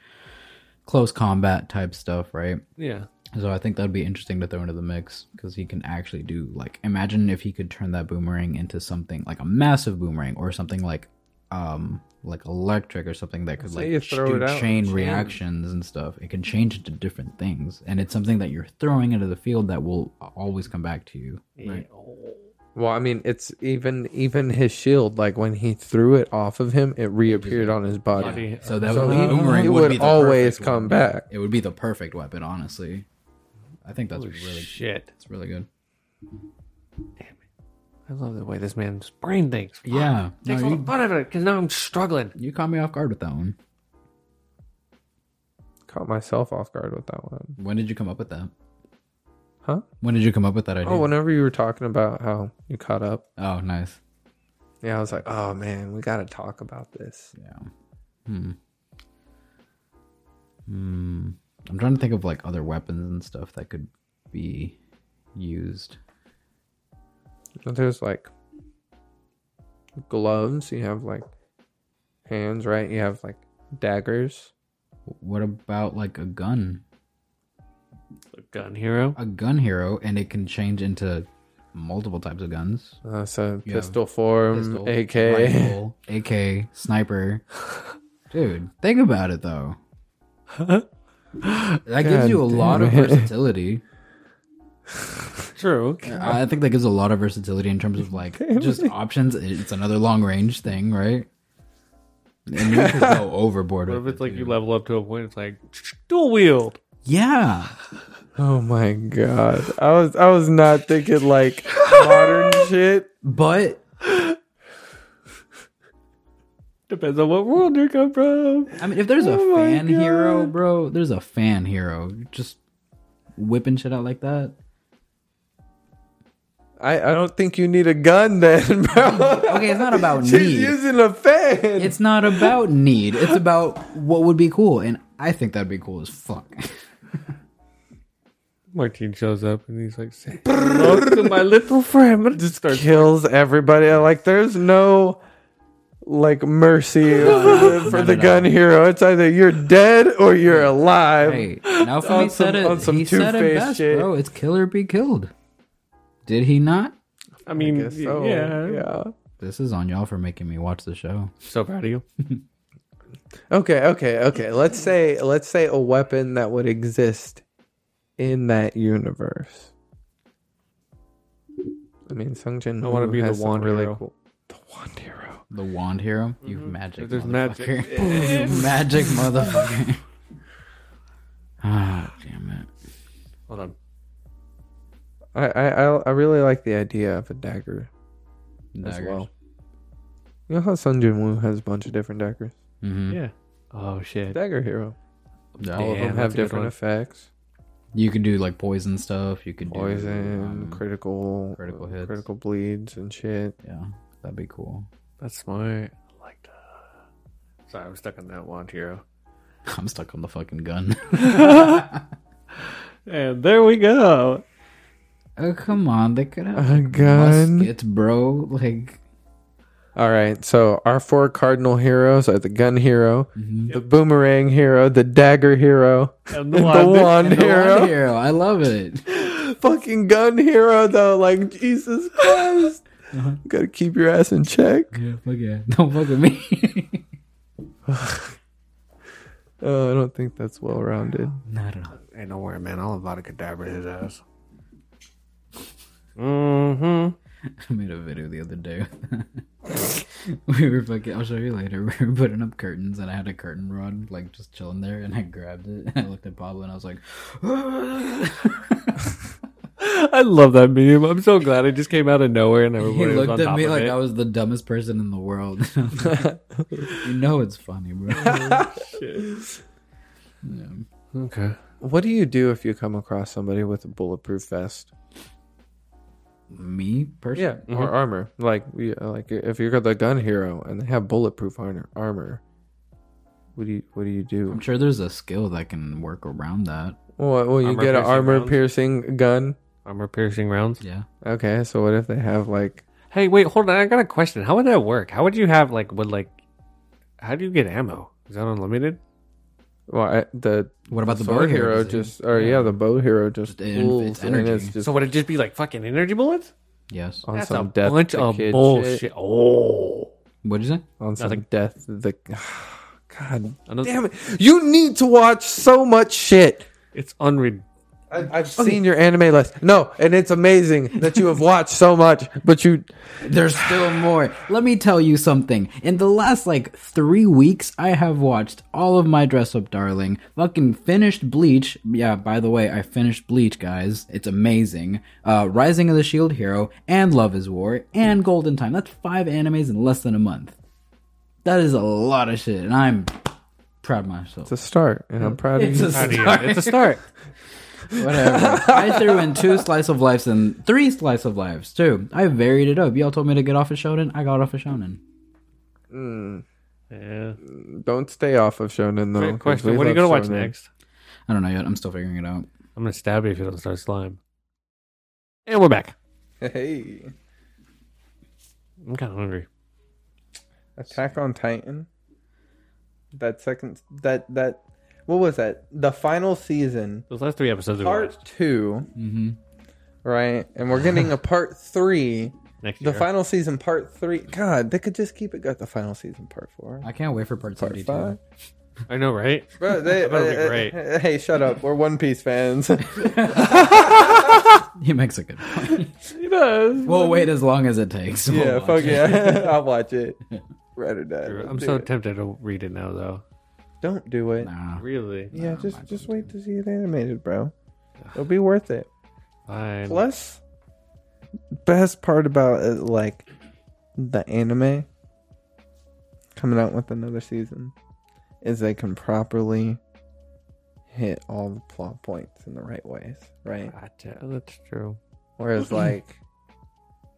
Speaker 2: close combat type stuff, right?
Speaker 3: Yeah.
Speaker 2: So I think that'd be interesting to throw into the mix because he can actually do like imagine if he could turn that boomerang into something like a massive boomerang or something like um like electric or something that could
Speaker 1: Say
Speaker 2: like
Speaker 1: you
Speaker 2: ch-
Speaker 1: throw
Speaker 2: do
Speaker 1: it out and
Speaker 2: chain
Speaker 1: change.
Speaker 2: reactions and stuff. It can change into different things and it's something that you're throwing into the field that will always come back to you. Right.
Speaker 1: Well, I mean, it's even even his shield. Like when he threw it off of him, it reappeared on his body.
Speaker 3: Body-
Speaker 2: So that
Speaker 1: So
Speaker 2: would,
Speaker 1: he-
Speaker 2: boomerang
Speaker 1: he
Speaker 2: would,
Speaker 1: would
Speaker 2: be the
Speaker 1: always
Speaker 2: perfect
Speaker 1: come
Speaker 2: weapon.
Speaker 1: back.
Speaker 2: It would be the perfect weapon, honestly. I think that's
Speaker 3: Holy
Speaker 2: really
Speaker 3: shit.
Speaker 2: It's really good.
Speaker 3: I love the way this man's brain thinks.
Speaker 1: Ah,
Speaker 2: Yeah. No,
Speaker 3: Takes all the
Speaker 2: you,
Speaker 3: fun out of it because now I'm struggling.
Speaker 2: you caught me off guard with that one.
Speaker 1: Caught myself off guard with that one.
Speaker 2: When did you come up with that?
Speaker 1: Huh?
Speaker 2: When did you come up with that idea?
Speaker 1: Oh,
Speaker 2: Oh,
Speaker 1: whenever you were talking about how you caught up,
Speaker 2: nice.
Speaker 1: yeah, I was like, oh man, we got to talk about this.
Speaker 2: Yeah. Hmm. Hmm. I'm trying to think of like other weapons and stuff that could be used.
Speaker 1: There's like gloves. You have like hands, right? You have like daggers.
Speaker 2: What about like a gun?
Speaker 3: A gun hero.
Speaker 2: A gun hero, and it can change into multiple types of guns.
Speaker 1: Uh, so
Speaker 2: You have
Speaker 1: pistol form,
Speaker 2: Pistol,
Speaker 1: AK.
Speaker 2: rifle, AK, sniper. Dude, think about it though. That gives
Speaker 1: God
Speaker 2: you a
Speaker 1: damn
Speaker 2: lot of
Speaker 1: it.
Speaker 2: versatility.
Speaker 3: True.
Speaker 2: I think that gives a lot of versatility in terms of like just options. It's another long range thing, right? And you could go overboard
Speaker 3: What
Speaker 2: with
Speaker 3: if it's
Speaker 2: it,
Speaker 3: like you
Speaker 2: dude.
Speaker 3: level up to a point? It's like dual wield.
Speaker 2: Yeah,
Speaker 1: Oh my god. I was I was not thinking like modern shit.
Speaker 2: but
Speaker 3: Depends on what world you come from.
Speaker 2: I mean, if there's a
Speaker 1: Oh my
Speaker 2: fan hero,
Speaker 1: God.
Speaker 2: bro, there's a fan hero. Just whipping shit out like that.
Speaker 1: I, I don't think you need a gun then, bro.
Speaker 2: Okay, it's not about
Speaker 1: She's
Speaker 2: need.
Speaker 1: using a fan.
Speaker 2: It's not about need. It's about what would be cool, and I think that'd be cool as fuck.
Speaker 3: Martin shows up and he's like, "Say hello to my little friend." It just starts
Speaker 1: kills everybody. Like there's no like mercy for the, for
Speaker 2: Not
Speaker 1: the
Speaker 2: at
Speaker 1: gun hero. It's either you're dead or you're alive.
Speaker 2: Hey, now for me
Speaker 1: On some-
Speaker 2: said
Speaker 1: on
Speaker 2: it.
Speaker 1: some
Speaker 2: He said it
Speaker 1: two-faced
Speaker 2: best,
Speaker 1: shit.
Speaker 2: bro. It's kill or be killed. Did he not?
Speaker 3: I
Speaker 1: I
Speaker 3: mean,
Speaker 1: guess so.
Speaker 3: yeah.
Speaker 1: Yeah.
Speaker 2: This is on y'all for making me watch the show.
Speaker 3: So proud of you.
Speaker 1: Okay, okay, okay. Let's say let's say a weapon that would exist in that universe. I mean, Sung Jin.
Speaker 3: I wanna
Speaker 1: Woo
Speaker 3: be the
Speaker 1: has some
Speaker 3: wand
Speaker 1: really
Speaker 3: hero.
Speaker 1: cool. The wand hero.
Speaker 2: The wand hero, you magic,
Speaker 3: There's magic.
Speaker 2: motherfucker. You magic, motherfucker. Ah, damn it.
Speaker 3: Hold on.
Speaker 1: I I I- I really like the idea of a dagger as
Speaker 2: Daggers.
Speaker 1: well. You know how Sung Jin Woo has a bunch of different daggers. Hmm.
Speaker 2: Mhm.
Speaker 3: Yeah. Oh shit.
Speaker 1: Dagger hero.
Speaker 2: Yeah.
Speaker 1: All
Speaker 3: Damn,
Speaker 1: of them
Speaker 3: that's
Speaker 1: have
Speaker 3: a good
Speaker 1: different
Speaker 3: one.
Speaker 1: effects.
Speaker 2: You could do like poison stuff. You could
Speaker 1: Poison,
Speaker 2: do um,
Speaker 1: critical,
Speaker 2: critical
Speaker 1: uh,
Speaker 2: hits.
Speaker 1: critical bleeds, and shit.
Speaker 2: yeah, that'd be cool.
Speaker 3: That's smart. I like that. Sorry, I'm stuck on that wand hero.
Speaker 2: I'm stuck on the fucking gun.
Speaker 3: And there we go.
Speaker 2: oh come on, they could have
Speaker 1: A gun.
Speaker 2: muskets, bro. Like
Speaker 1: All right, so our four cardinal heroes are the gun hero,
Speaker 3: Mm-hmm.
Speaker 1: the boomerang hero, the dagger hero,
Speaker 3: And
Speaker 1: the wand
Speaker 2: the wand
Speaker 1: hero.
Speaker 2: hero. I love it.
Speaker 1: Fucking gun hero, though. Like, Jesus Christ.
Speaker 3: Uh-huh.
Speaker 1: You gotta keep your ass in check.
Speaker 2: Yeah, fuck yeah. Don't fuck with me.
Speaker 1: Oh, I don't think that's well rounded.
Speaker 2: Not at all.
Speaker 3: Ain't no worry, man. I'll about a cadaver his ass. Mm-hmm.
Speaker 2: I made a video the other day. we were fucking. I'll show you later. We were putting up curtains, and I had a curtain rod like just chilling there, and I grabbed it, and I looked at Pablo, and I was like,
Speaker 3: I love that meme. I'm so glad it just came out of nowhere and everybody
Speaker 2: he
Speaker 3: was on
Speaker 2: looked at
Speaker 3: top
Speaker 2: me
Speaker 3: of
Speaker 2: like
Speaker 3: it.
Speaker 2: I was the dumbest person in the world. you know it's funny, bro. Yeah.
Speaker 3: Okay.
Speaker 1: What do you do if you come across somebody with a bulletproof vest?
Speaker 2: me personally.
Speaker 1: Yeah, or armor. Like we like if you're the gun hero and they have bulletproof armor, armor. What do you what do you do?
Speaker 2: I'm sure there's a skill that can work around that.
Speaker 1: Well, well you
Speaker 3: Armor
Speaker 1: get an
Speaker 3: piercing
Speaker 1: armor
Speaker 3: rounds?
Speaker 1: piercing gun.
Speaker 3: Armor piercing rounds.
Speaker 2: Yeah.
Speaker 1: Okay, so what if they have like
Speaker 3: Hey, wait, hold on. I got a question. How would that work? How would you have like would like? How do you get ammo? Is that unlimited?
Speaker 1: well I, the
Speaker 2: What about the bow
Speaker 1: sword
Speaker 2: hero?
Speaker 1: hero
Speaker 2: Does it-
Speaker 1: just or yeah. the bow hero just
Speaker 2: Just en-
Speaker 1: pulls
Speaker 2: it's
Speaker 1: and it's
Speaker 2: energy.
Speaker 1: just
Speaker 3: So would it just be like fucking energy bullets?
Speaker 2: Yes.
Speaker 1: on
Speaker 3: That's a
Speaker 1: some death
Speaker 3: bunch
Speaker 1: to
Speaker 3: of
Speaker 1: kid
Speaker 3: bullshit.
Speaker 1: shit,
Speaker 3: Oh,
Speaker 2: What'd you say?
Speaker 1: on some
Speaker 3: Nothing.
Speaker 1: death to the God
Speaker 3: Another-
Speaker 1: damn it! You need to watch so much shit.
Speaker 3: it's unre.
Speaker 1: I- I've seen your anime list. No, and it's amazing that you have watched so much, but you
Speaker 2: There's still more. Let me tell you something. In the last like three weeks, I have watched all of my dress up, darling. Fucking finished Bleach. Yeah, by the way, I finished Bleach, guys. It's amazing. Uh, Rising of the Shield Hero and Love is War and Golden Time. That's five animes in less than a month. That is a lot of shit, and I'm proud of myself.
Speaker 1: It's a start, and I'm proud of you.
Speaker 2: It's a
Speaker 3: It's a start.
Speaker 2: Whatever. I threw in two slice of lives and three slice of lives too. I varied it up. Y'all told me to get off of shonen. I got off of shonen.
Speaker 3: yeah.
Speaker 1: Don't stay off of Shonen though.
Speaker 3: Great
Speaker 1: 'cause
Speaker 3: question.
Speaker 1: we
Speaker 3: What are you gonna
Speaker 1: love
Speaker 3: watch
Speaker 1: Shonen.
Speaker 3: next?
Speaker 2: I don't know yet. I'm still figuring it out.
Speaker 3: I'm gonna stab you if you don't start slime. And we're back.
Speaker 1: Hey,
Speaker 3: I'm kind of hungry.
Speaker 1: Attack on Titan. That second, that that, what was that? The final season,
Speaker 3: Those last three episodes are watched
Speaker 1: part two,
Speaker 2: Mm-hmm.
Speaker 1: right? And we're getting a part three.
Speaker 3: next
Speaker 1: The
Speaker 3: year.
Speaker 1: final season, part three. God, they could just keep it. Got the final season, part four,
Speaker 2: I can't wait for part
Speaker 1: part
Speaker 2: seventy two.
Speaker 1: five.
Speaker 3: I know, right?
Speaker 1: Bro, they,
Speaker 3: That'll be
Speaker 1: uh,
Speaker 3: great.
Speaker 1: uh, Hey, shut up. We're One Piece fans.
Speaker 2: He makes a good point.
Speaker 1: he does.
Speaker 2: we'll wait as long as it takes. We'll
Speaker 1: yeah,
Speaker 2: watch
Speaker 1: fuck
Speaker 2: it.
Speaker 1: yeah. I'll watch it. Right or die.
Speaker 3: I'm
Speaker 1: Let's
Speaker 3: so
Speaker 1: do it.
Speaker 3: tempted to read it now, though.
Speaker 1: Don't do it.
Speaker 2: Nah.
Speaker 3: Really?
Speaker 1: Yeah,
Speaker 2: No,
Speaker 1: just
Speaker 2: mine
Speaker 1: just wait to see it animated, bro. It'll be worth it.
Speaker 3: Fine.
Speaker 1: Plus, best part about it, like the anime coming out with another season is they can properly hit all the plot points in the right ways, right?
Speaker 3: Gotcha. Oh, That's true.
Speaker 1: Whereas like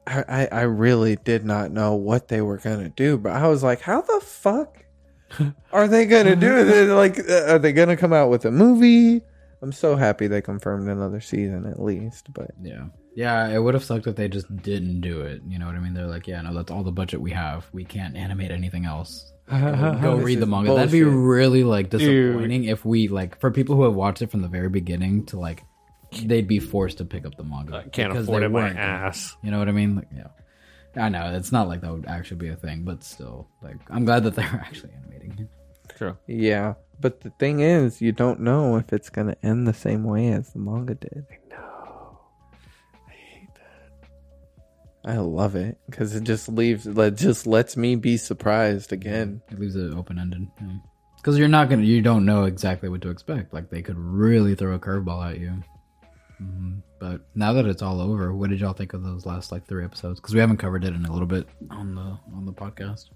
Speaker 1: I, I I really did not know what they were gonna do, but I was like, how the fuck are they gonna do this? Like, uh, are they gonna come out with a movie? I'm so happy they confirmed another season at least. But
Speaker 2: Yeah. Yeah, it would have sucked if they just didn't do it. You know what I mean? They're like, yeah, no, that's all the budget we have. We can't animate anything else. go
Speaker 1: This
Speaker 2: read the
Speaker 1: is
Speaker 2: manga. That'd be
Speaker 1: bullshit.
Speaker 2: really like disappointing if we like for people who have watched it from the very beginning to like they'd be forced to pick up the manga.
Speaker 3: I can't
Speaker 2: because
Speaker 3: afford
Speaker 2: they
Speaker 3: it. My
Speaker 2: weren't.
Speaker 3: ass.
Speaker 2: You know what I mean? Like, yeah. I know it's not like that would actually be a thing, but still, like, I'm glad that they're actually animating. it.
Speaker 3: True.
Speaker 1: yeah. But the thing is, you don't know if it's gonna end the same way as the manga did. I love it because it just leaves, it just lets me be surprised again.
Speaker 2: It leaves it open ended. Because you're not gonna, you don't know exactly what to expect. Like they could really throw a curveball at you. Mhm. But now that it's all over, what did y'all think of those last like three episodes? Because we haven't covered it in a little bit on the on the podcast.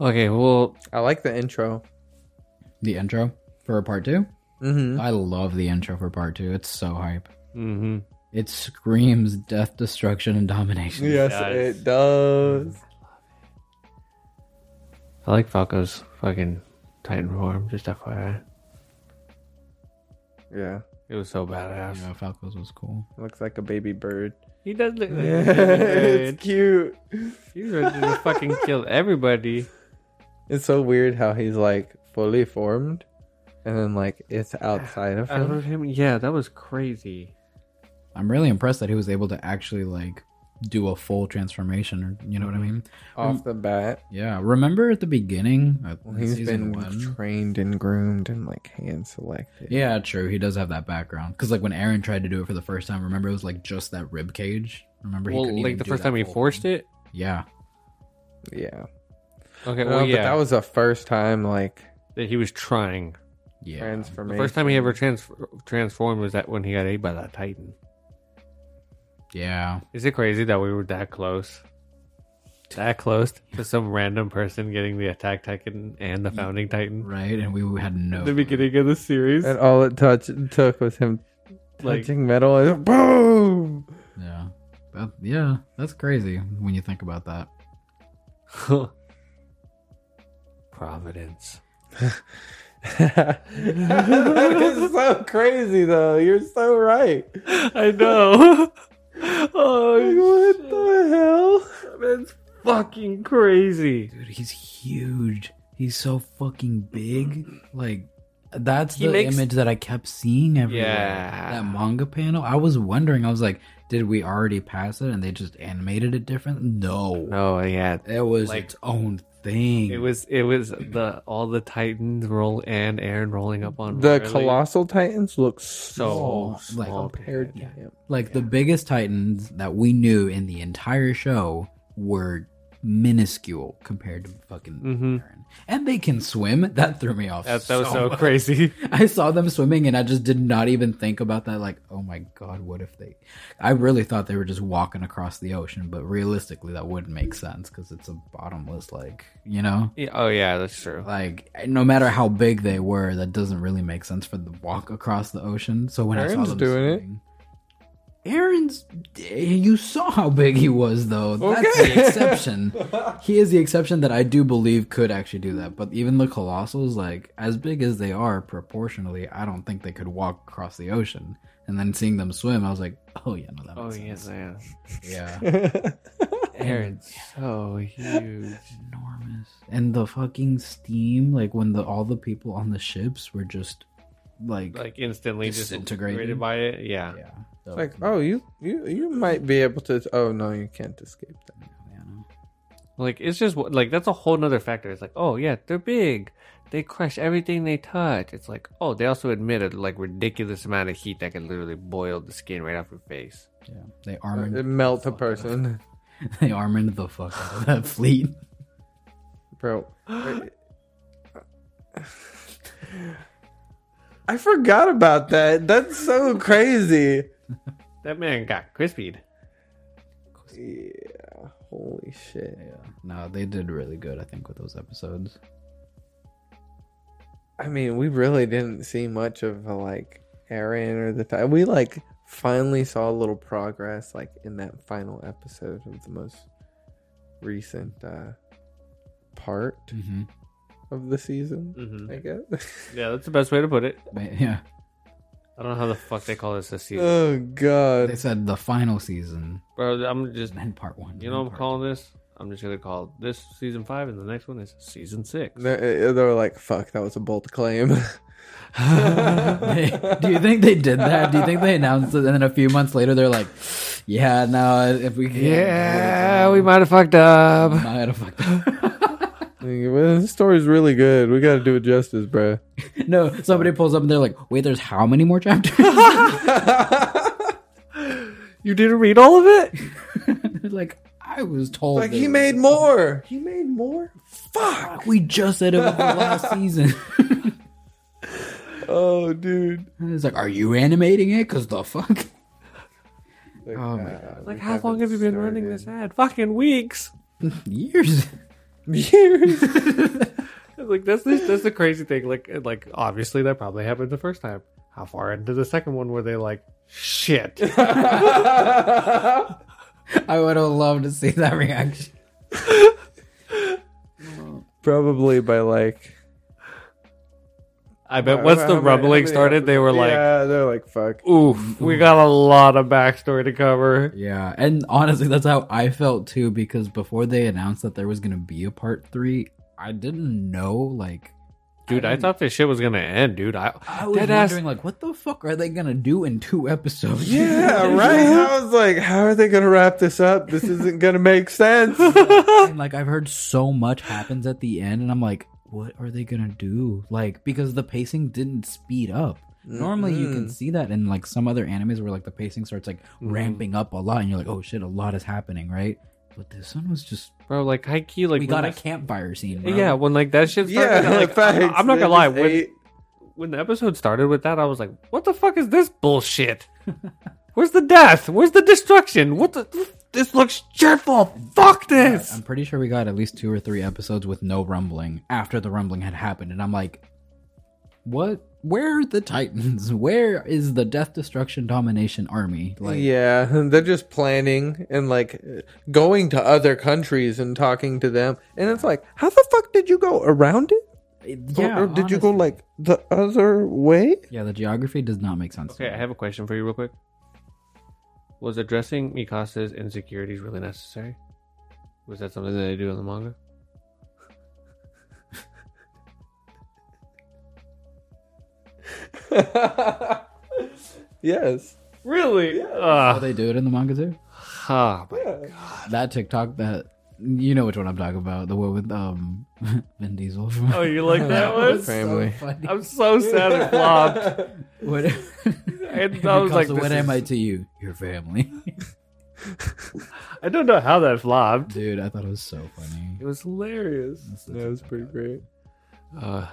Speaker 3: Okay. Well,
Speaker 1: I like the intro.
Speaker 2: The intro for part two.
Speaker 1: Mm-hmm.
Speaker 2: I love the intro for part two. It's so hype.
Speaker 3: mm-hmm.
Speaker 2: It screams death, destruction, and domination.
Speaker 1: Yes,
Speaker 3: Yes.
Speaker 1: it does.
Speaker 3: Mm. I like Falco's fucking Titan form. Just FYI,
Speaker 1: Yeah,
Speaker 3: it was so badass.
Speaker 2: Yeah, Falco's was cool.
Speaker 1: looks like a baby bird.
Speaker 3: He does look like
Speaker 1: Yeah,
Speaker 3: a baby
Speaker 1: it's
Speaker 3: bird.
Speaker 1: cute.
Speaker 3: He's ready to fucking kill everybody.
Speaker 1: It's so weird how he's like fully formed, and then like it's outside of
Speaker 3: Out
Speaker 1: him.
Speaker 3: of him. Yeah, that was crazy.
Speaker 2: I'm really impressed that he was able to actually like do a full transformation. Or you know what I mean?
Speaker 1: Off the bat,
Speaker 2: Yeah. Remember at the beginning, uh, in
Speaker 1: he's
Speaker 2: season
Speaker 1: been
Speaker 2: one.
Speaker 1: trained and groomed and like hand selected.
Speaker 2: Yeah, true. He does have that background because like when Aaron tried to do it for the first time, remember it was like just that rib cage. Remember
Speaker 3: Well,
Speaker 2: couldn't
Speaker 3: like
Speaker 2: even
Speaker 3: the
Speaker 2: do
Speaker 3: first
Speaker 2: that
Speaker 3: time he
Speaker 2: full
Speaker 3: forced
Speaker 2: thing.
Speaker 3: it.
Speaker 2: Yeah.
Speaker 1: yeah.
Speaker 3: Okay.
Speaker 1: No,
Speaker 3: Well, Oh, yeah.
Speaker 1: but that was the first time like
Speaker 3: that he was trying.
Speaker 2: Yeah.
Speaker 1: transformation.
Speaker 3: The first time he ever trans- transformed was that when he got ate by that Titan.
Speaker 2: Yeah.
Speaker 3: Is it crazy that we were that close? That close to some random person getting the attack titan and the founding titan
Speaker 2: Right. And we had no.
Speaker 3: at the beginning of the series.
Speaker 1: and all it touch took was him
Speaker 3: Like-
Speaker 1: touching metal and boom.
Speaker 2: Yeah. But That, yeah, that's crazy when you think about that.
Speaker 3: Providence.
Speaker 1: it's so crazy though. You're so right.
Speaker 3: I know.
Speaker 1: Like,
Speaker 3: oh,
Speaker 1: what the hell?
Speaker 3: that's fucking crazy.
Speaker 2: Dude, he's huge. He's so fucking big. Like that's
Speaker 3: He
Speaker 2: the
Speaker 3: makes-
Speaker 2: image that I kept seeing everywhere.
Speaker 3: Yeah.
Speaker 2: That manga panel. I was wondering. I was like, did we already pass it and they just animated it different? No.
Speaker 3: No, Oh, yeah.
Speaker 2: It was
Speaker 3: Like-
Speaker 2: its own thing.
Speaker 3: It was it was the all the Titans roll and Aaron rolling up on
Speaker 1: The
Speaker 3: Riley.
Speaker 1: colossal titans look so
Speaker 3: Oh, so
Speaker 2: Oh, like
Speaker 3: small
Speaker 1: compared to
Speaker 3: compared.
Speaker 1: him.
Speaker 2: like the biggest titans that we knew in the entire show were minuscule compared to fucking
Speaker 3: Mhm.
Speaker 2: Aaron. And they can swim. That threw me off.
Speaker 3: That, that was
Speaker 2: so
Speaker 3: so
Speaker 2: much.
Speaker 3: crazy.
Speaker 2: I saw them swimming and I just did not even think about that. Like, oh my god, what if they? I really thought they were just walking across the ocean, but realistically, that wouldn't make sense because it's a bottomless, like, you know,
Speaker 3: Yeah, oh yeah, that's true.
Speaker 2: like no matter how big they were, that doesn't really make sense for the walk across the ocean. So when I
Speaker 1: Aaron's
Speaker 2: saw them
Speaker 1: doing it.
Speaker 2: swimming- Aaron's, you saw how big he was, though. That's
Speaker 1: Okay.
Speaker 2: the exception. he is the exception that I do believe could actually do that. But even the colossals, like as big as they are proportionally, I don't think they could walk across the ocean. And then seeing them swim, I was like, oh yeah, no, that
Speaker 3: Oh
Speaker 2: makes
Speaker 3: yes,
Speaker 2: sense.
Speaker 3: yeah.
Speaker 2: yeah,
Speaker 3: Aaron's so huge.
Speaker 2: enormous. And the fucking steam, like when the all the people on the ships were just like,
Speaker 3: Like instantly just
Speaker 2: Disintegrated.
Speaker 3: integrated by it. Yeah.
Speaker 2: yeah,
Speaker 1: It's like, oh, you, you, you might be able to. Oh no, you can't escape that.
Speaker 2: Yeah, no.
Speaker 3: Like it's just like that's a whole nother factor. It's like, oh yeah, they're big. They crush everything they touch. It's like, oh, they also admitted like ridiculous amount of heat that can literally boil the skin right off your face.
Speaker 2: yeah. They
Speaker 1: Uh, It
Speaker 2: armored,
Speaker 1: melt a person,
Speaker 2: they armored the fuck out of that fleet.
Speaker 1: bro. I forgot about that. That's so crazy.
Speaker 3: That man got crispied.
Speaker 1: Yeah. Holy shit.
Speaker 2: Yeah, no, they did really good. I think with those episodes.
Speaker 1: I mean, we really didn't see much of a, like Aaron or the fact we like finally saw a little progress like in that final episode of the most recent uh part
Speaker 3: Mm.
Speaker 2: Mm-hmm.
Speaker 1: of the season.
Speaker 3: Mhm.
Speaker 1: I guess.
Speaker 3: Yeah, that's the best way to put it.
Speaker 2: But yeah,
Speaker 3: I don't know how the fuck they call this this season.
Speaker 1: oh
Speaker 2: they
Speaker 1: god.
Speaker 2: said the final season
Speaker 3: Bro, I'm just
Speaker 2: and part one.
Speaker 3: you know
Speaker 2: and
Speaker 3: what I'm
Speaker 2: part
Speaker 3: calling this? I'm just gonna call this season five and the next one is season six.
Speaker 1: They're, they're uh, like, fuck, that was a bold claim.
Speaker 2: They- do you think they did that? Do you think they announced it and then a few months later they're like, "Yeah, no, if we can't,
Speaker 3: Yeah, we might have fucked up.
Speaker 2: I gotta fuck that."
Speaker 1: Like, well, this story's really good. We gotta do it justice, bruh.
Speaker 2: no, somebody pulls up and they're like, "Wait, there's how many more chapters?"
Speaker 3: You didn't read all of it?
Speaker 2: They're like, I was told.
Speaker 1: Like
Speaker 2: there
Speaker 1: he
Speaker 2: was-
Speaker 1: made more. He made more. Fuck.
Speaker 2: We just said it was the last season.
Speaker 1: Oh, dude.
Speaker 2: it's like, are you animating it? Cause the fuck.
Speaker 1: Like,
Speaker 2: Oh my
Speaker 1: uh, we
Speaker 3: Like, how long have you been running this
Speaker 1: started
Speaker 3: ad? Fucking weeks.
Speaker 2: years.
Speaker 1: Years.
Speaker 3: Like, that's the, that's the crazy thing. Like, like obviously that probably happened the first time. How far into the second one were they like, shit?
Speaker 2: I would have loved to see that reaction.
Speaker 1: Probably by like.
Speaker 3: I bet once
Speaker 1: Uh, how
Speaker 3: the
Speaker 1: many- how
Speaker 3: rumbling
Speaker 1: many
Speaker 3: started, they were like,
Speaker 1: yeah, they're like, fuck.
Speaker 3: oof, we got a lot of backstory to cover.
Speaker 2: Yeah, and honestly, that's how I felt too. Because before they announced that there was gonna be a part three, I didn't know. Like,
Speaker 3: Dude, I,
Speaker 2: didn't-
Speaker 3: thought this shit was gonna end, dude. I,
Speaker 2: I was
Speaker 3: Dead ass-
Speaker 2: wondering, like, what the fuck are they gonna do in two episodes?
Speaker 1: Yeah, right. I was like, how are they gonna wrap this up? This isn't gonna make sense.
Speaker 2: and like I've heard so much happens at the end, and I'm like, what are they gonna do? Like because the pacing didn't speed up. Normally, you
Speaker 1: Hmm.
Speaker 2: can see that in like some other animes where like the pacing starts like
Speaker 1: Mm-hmm.
Speaker 2: ramping up a lot, and you're like, oh shit, a lot is happening, right? But this one was just
Speaker 3: bro, like, high key, like,
Speaker 2: we
Speaker 3: when
Speaker 2: got a
Speaker 3: this-
Speaker 2: campfire scene. bro.
Speaker 3: yeah, when like that shit started,
Speaker 1: Yeah,
Speaker 3: like, I,
Speaker 1: facts.
Speaker 3: I'm not
Speaker 1: They
Speaker 3: gonna lie,
Speaker 1: just
Speaker 3: when,
Speaker 1: ate-
Speaker 3: when the episode started with that, I was like, what the fuck is this bullshit? Where's the death? Where's the destruction? What the? This looks dreadful. Fuck this.
Speaker 2: I'm pretty sure we got at least two or three episodes with no rumbling after the rumbling had happened, and I'm like, what? Where are the Titans? Where is the Death Destruction Domination Army? Like,
Speaker 1: yeah, they're just planning and like going to other countries and talking to them. And it's like, how the fuck did you go around it? Or-
Speaker 2: yeah.
Speaker 1: or, did you go
Speaker 2: honestly.
Speaker 1: like the other way?
Speaker 2: Yeah, the geography does not make sense. to
Speaker 3: Okay,
Speaker 2: me.
Speaker 3: I have a question for you, real quick. Was addressing Mikasa's insecurities really necessary? Was that something that they do in the manga?
Speaker 1: yes.
Speaker 3: Really?
Speaker 2: Oh,
Speaker 3: Ah,
Speaker 2: they do it in the manga too.
Speaker 3: ha, my-
Speaker 2: That TikTok, that you know which one I'm talking about, the one with um Vin Diesel.
Speaker 3: Oh, you like that one?
Speaker 1: Family.
Speaker 2: So funny.
Speaker 3: I'm so sad it flopped.
Speaker 2: What,
Speaker 3: And I was
Speaker 2: Because
Speaker 3: like, this
Speaker 2: what am
Speaker 3: is-
Speaker 2: I to you? Your family,
Speaker 3: I don't know how that flopped.
Speaker 2: dude. I thought it was so funny.
Speaker 3: It was hilarious.
Speaker 1: That was pretty great.
Speaker 3: Uh,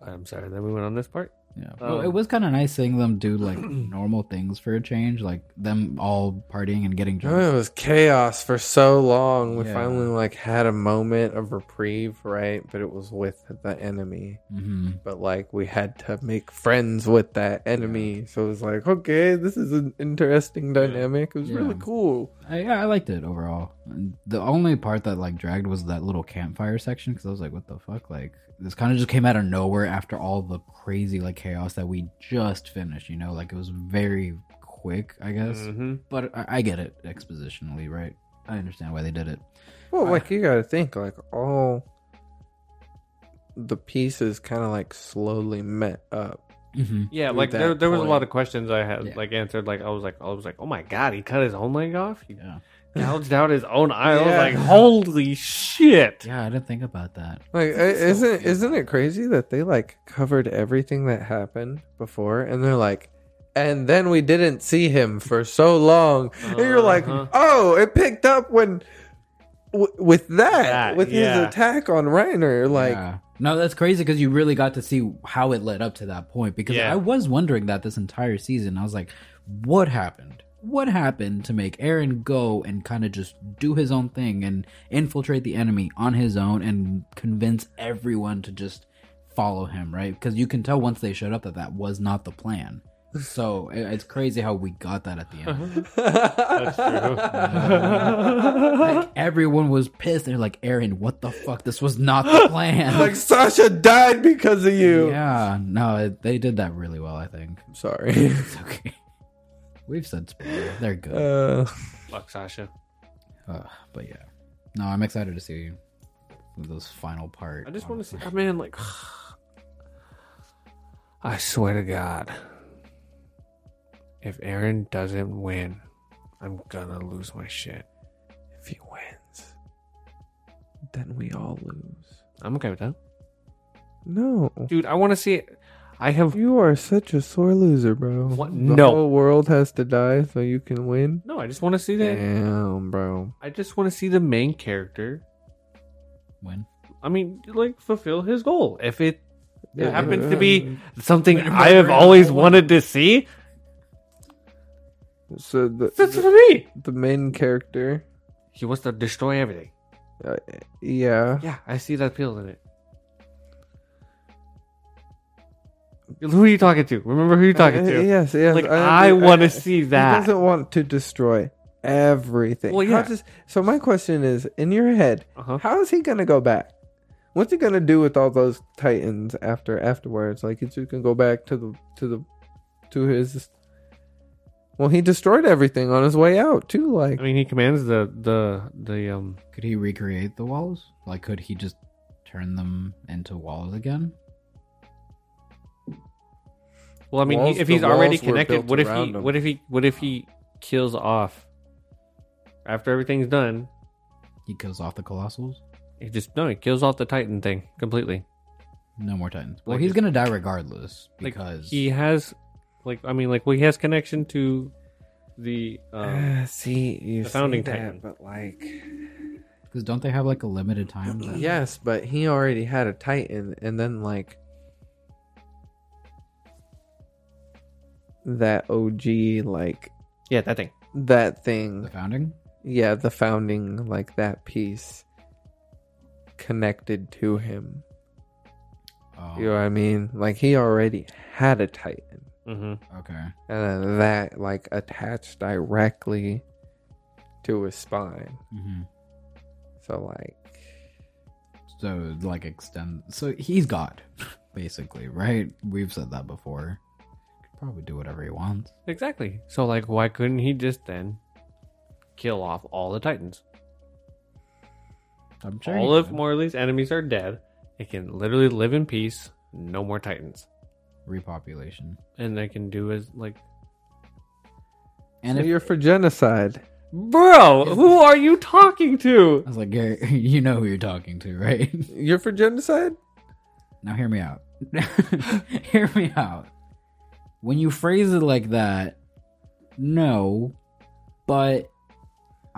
Speaker 3: I'm sorry. Then we went on this part.
Speaker 2: Yeah, well,
Speaker 3: Um,
Speaker 2: it was kind of nice seeing them do like normal things for a change, like them all partying and getting drunk.
Speaker 1: Oh, It was chaos for so long. We
Speaker 2: Yeah.
Speaker 1: finally like had a moment of reprieve, right? But it was with the enemy.
Speaker 2: hmm
Speaker 1: But like we had to make friends with that enemy. So it was like, okay, this is an interesting dynamic. It was
Speaker 2: Yeah.
Speaker 1: really cool.
Speaker 2: I, yeah, I liked it overall. And The only part that like dragged was that little campfire section because I was like, "What the fuck?" Like this kind of just came out of nowhere after all the crazy like chaos that we just finished. You know, like it was very quick, I guess.
Speaker 3: Mhm.
Speaker 2: But I, I get it expositionally, right? I understand why they did it.
Speaker 1: Well,
Speaker 2: I-
Speaker 1: like you gotta think, like all the pieces kind of like slowly met up.
Speaker 2: Mm-hmm.
Speaker 3: Yeah,
Speaker 1: At
Speaker 3: like
Speaker 1: that
Speaker 3: there, there was a
Speaker 1: point.
Speaker 3: lot of questions I had
Speaker 2: Yeah.
Speaker 3: like answered. Like I was like, I was like, oh my god, he cut his own leg off. He
Speaker 2: Yeah,
Speaker 3: gouged out his own eye. I was
Speaker 1: Yeah.
Speaker 3: like, holy shit.
Speaker 2: yeah, I didn't think about that.
Speaker 1: Like, i-
Speaker 2: That's so
Speaker 1: isn't
Speaker 2: cool.
Speaker 1: isn't it crazy that they like covered everything that happened before, and they're like, and then we didn't see him for so long, and you're like,
Speaker 3: Uh-huh.
Speaker 1: oh, it picked up when w- with that,
Speaker 3: That,
Speaker 1: with
Speaker 3: yeah.
Speaker 1: his attack on Reiner, like.
Speaker 2: Yeah. no that's crazy because you really got to see how it led up to that point because
Speaker 3: Yeah.
Speaker 2: i was wondering that this entire season i was like what happened what happened to make aaron go and kind of just do his own thing and infiltrate the enemy on his own and convince everyone to just follow him right because you can tell once they showed up that that was not the plan so it- it's crazy how we got that at the end
Speaker 3: That's true.
Speaker 2: like everyone was pissed they're like aaron what the fuck this was not the plan
Speaker 1: Like Sasha died because of you.
Speaker 2: Yeah, no, it- they did that really well. I think
Speaker 1: I'm sorry.
Speaker 2: it's okay. We've said spoiler; they're good.
Speaker 1: Uh,
Speaker 3: Fuck Sasha.
Speaker 2: Uh, but yeah, no, I'm excited to see those final part.
Speaker 3: I just want to see.
Speaker 2: honestly.
Speaker 3: I mean, like, I swear to God, if Aaron doesn't win, I'm gonna lose my shit.
Speaker 1: If he wins, then we all lose.
Speaker 3: I'm okay with that,
Speaker 1: No.
Speaker 3: dude. I want to see it. I have
Speaker 1: You are such a sore loser, bro.
Speaker 3: What?
Speaker 1: The
Speaker 3: No.
Speaker 1: whole world has to die so you can win.
Speaker 3: no. I just want to see that.
Speaker 1: Damn, bro.
Speaker 3: I just want to see the main character.
Speaker 2: win.
Speaker 3: I mean, like, fulfill his goal. If it
Speaker 1: Yeah,
Speaker 3: happens
Speaker 1: yeah,
Speaker 3: to
Speaker 1: yeah.
Speaker 3: be something
Speaker 2: But-
Speaker 3: I have
Speaker 2: but-
Speaker 3: always wanted to see,
Speaker 1: So the
Speaker 3: that's
Speaker 1: the,
Speaker 3: for me.
Speaker 1: the main character,
Speaker 3: He wants to destroy everything.
Speaker 1: uh, yeah,
Speaker 3: Yeah, I see that appeal in it. Who are you talking to? Remember who you're talking
Speaker 1: Uh,
Speaker 3: to.
Speaker 1: yes, yes.
Speaker 3: Like I, want to
Speaker 1: to
Speaker 3: see
Speaker 1: He
Speaker 3: that.
Speaker 1: doesn't want to destroy everything.
Speaker 3: Well,
Speaker 1: How
Speaker 3: yeah.
Speaker 1: does- so my question is, in your head,
Speaker 3: Uh-huh.
Speaker 1: how is he gonna go back? What's he gonna do with all those titans after afterwards? Like he's just gonna go back to the to the to his. Well, he destroyed everything on his way out too. Like
Speaker 3: I mean, he commands the the the um.
Speaker 2: Could he recreate the walls? Like, could he just turn them into walls again?
Speaker 3: Well, I mean, he-
Speaker 1: Walls-
Speaker 3: if
Speaker 1: the
Speaker 3: he's already
Speaker 1: walls were
Speaker 3: connected,
Speaker 1: built
Speaker 3: what if he?
Speaker 1: around him.
Speaker 3: What if he? What if he kills off after everything's done?
Speaker 2: He kills off the colossals.
Speaker 3: He just no, he kills off the Titan thing completely.
Speaker 2: No more titans. Well,
Speaker 3: Like,
Speaker 2: he's
Speaker 3: it's-
Speaker 2: gonna die regardless
Speaker 3: Like
Speaker 2: because
Speaker 3: he has, like I mean, like well, he has connection to the. Um,
Speaker 1: see, you
Speaker 3: the founding say that, titan.
Speaker 1: but like,
Speaker 2: because don't they have like a limited time? that-
Speaker 1: yes, but he already had a titan, and then like that OG, like
Speaker 3: yeah, that thing.
Speaker 1: that thing,
Speaker 2: the founding.
Speaker 1: yeah, the founding, like that piece connected to him.
Speaker 2: Oh,
Speaker 1: You know what I mean? Like he already had a Titan.
Speaker 3: hmm
Speaker 2: okay.
Speaker 1: and then that like attached directly to his spine.
Speaker 2: hmm
Speaker 1: So like,
Speaker 2: So like extend. So he's God, basically, right? We've said that before. Could probably do whatever he wants.
Speaker 3: Exactly. So like, why couldn't he just then kill off all the titans?
Speaker 2: I'm sure.
Speaker 3: all
Speaker 2: he
Speaker 3: of
Speaker 2: could.
Speaker 3: Morley's enemies are dead. It can literally live in peace. No more titans,
Speaker 2: repopulation.
Speaker 3: and they can do as like,
Speaker 2: And
Speaker 1: so
Speaker 2: if
Speaker 1: you're for genocide.
Speaker 3: bro, who are you talking to?
Speaker 2: I was like, Gary, you know who you're talking to, right?
Speaker 1: You're for genocide.
Speaker 2: Now hear me out. hear me out. When you phrase it like that, no, but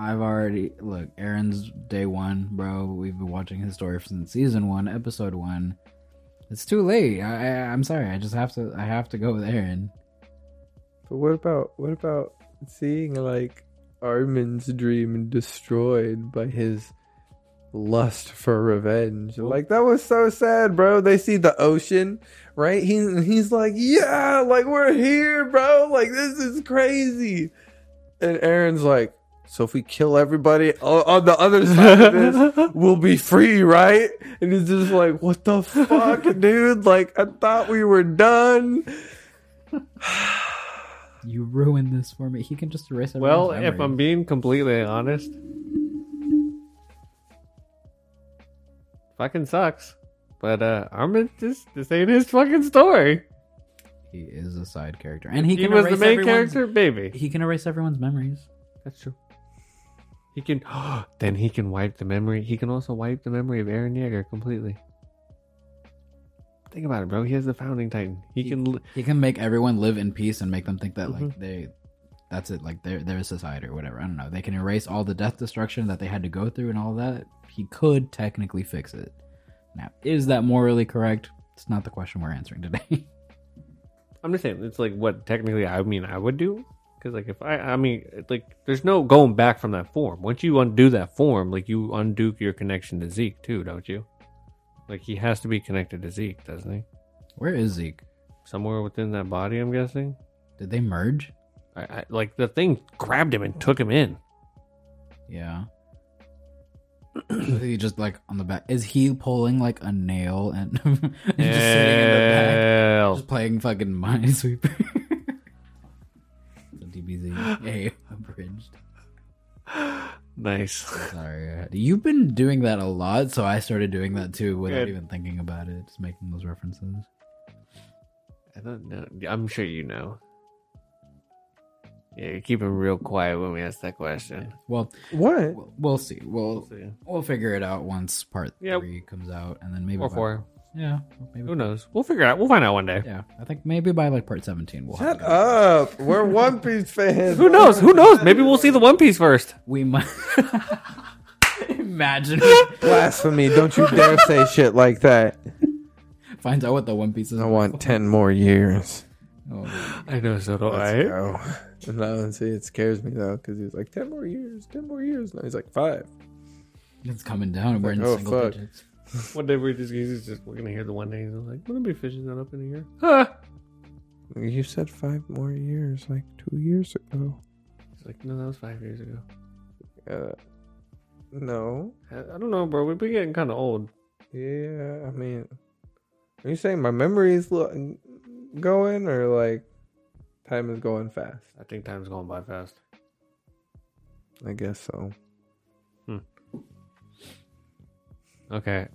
Speaker 2: I've already look. Aaron's day one, bro. We've been watching his story since season one, episode one. It's too late. I, I, I'm sorry. I just have to. I have to go with Aaron.
Speaker 1: But what about what about seeing like Armin's dream destroyed by his lust for revenge? Like that was so sad, bro. They see the ocean, right? He he's like, yeah, like we're here, bro. Like this is crazy. And Aaron's like, so if we kill everybody o- on the other side of this, we'll be free, right? And it's just like, what the fuck, dude? Like I thought we were done.
Speaker 2: You ruined this for me. He can just erase it.
Speaker 3: well, if I'm being completely honest, fucking sucks. But uh, Armin, this this ain't his fucking story.
Speaker 2: he is a side character, and he,
Speaker 3: He,
Speaker 2: can
Speaker 3: was the
Speaker 2: erase
Speaker 3: main
Speaker 2: everyone's-
Speaker 3: character, baby.
Speaker 2: He can erase everyone's memories.
Speaker 3: That's true. He can then he can wipe the memory. He can also wipe the memory of Aaron Yeager completely. Think about it, bro. He is the founding titan. He,
Speaker 2: He-
Speaker 3: can li-
Speaker 2: he can make everyone live in peace and make them think that like they that's it like they're they're a society or whatever i don't know they can erase all the death destruction that they had to go through and all that he could technically fix it now is that morally correct it's not the question we're answering today
Speaker 3: I'm just saying, it's like what technically I mean I would do because like if I I mean it- like there's no going back from that form. Once you undo that form, like you undo your connection to Zeke too, don't you? Like he has to be connected to Zeke, doesn't he?
Speaker 2: where is zeke
Speaker 3: Somewhere within that body, I'm guessing.
Speaker 2: did they merge
Speaker 3: I, I like the thing grabbed him and took him in.
Speaker 2: yeah So he just like on the back is he pulling like a nail and, and just sitting in the back
Speaker 3: Hell.
Speaker 2: just playing fucking minesweeper the dbz hey abridged
Speaker 3: Nice.
Speaker 2: Sorry, I had- you've been doing that a lot, so I started doing that too without
Speaker 3: Good.
Speaker 2: even thinking about it, just making those references.
Speaker 3: I don't know. I'm sure you know. Yeah, you keep him real quiet when we ask that question.
Speaker 2: Well,
Speaker 1: What?
Speaker 2: we'll we'll see. We'll
Speaker 3: Yeah.
Speaker 2: we'll figure it out once part
Speaker 3: Yep.
Speaker 2: three comes out, and then maybe
Speaker 3: Or
Speaker 2: by-
Speaker 3: four.
Speaker 2: Yeah, maybe.
Speaker 3: Who knows? We'll figure it out. We'll find out one day.
Speaker 2: Yeah, I think maybe by like part seventeen we'll
Speaker 1: Shut
Speaker 2: have it.
Speaker 1: up. We're One Piece fans.
Speaker 3: Who knows? Who knows? Maybe we'll see the One Piece first.
Speaker 2: We might imagine
Speaker 1: Blasphemy. Don't you dare say shit like that.
Speaker 2: finds out what the One Piece is.
Speaker 1: I want 10 more years.
Speaker 2: Oh,
Speaker 3: I know, so do
Speaker 1: Let's go. And that one, see, it scares me though, because he's like, 10 more years, 10 more years. No, he's like, five.
Speaker 2: it's coming down, and we're in
Speaker 1: Like, oh,
Speaker 2: single
Speaker 1: fuck.
Speaker 2: digits.
Speaker 3: One day we're just, he's just we're gonna hear the one day and like, we're gonna be fishing that up in here. Huh?
Speaker 1: You said five more years, like two years ago.
Speaker 3: He's like, no, that was five years ago.
Speaker 1: Uh, no.
Speaker 3: I, I don't know, bro. We've been getting kind of old.
Speaker 1: Yeah, I mean, are you saying my memory is lo- going or like time is going fast?
Speaker 3: I think time's going by fast.
Speaker 1: I guess so.
Speaker 3: Okay,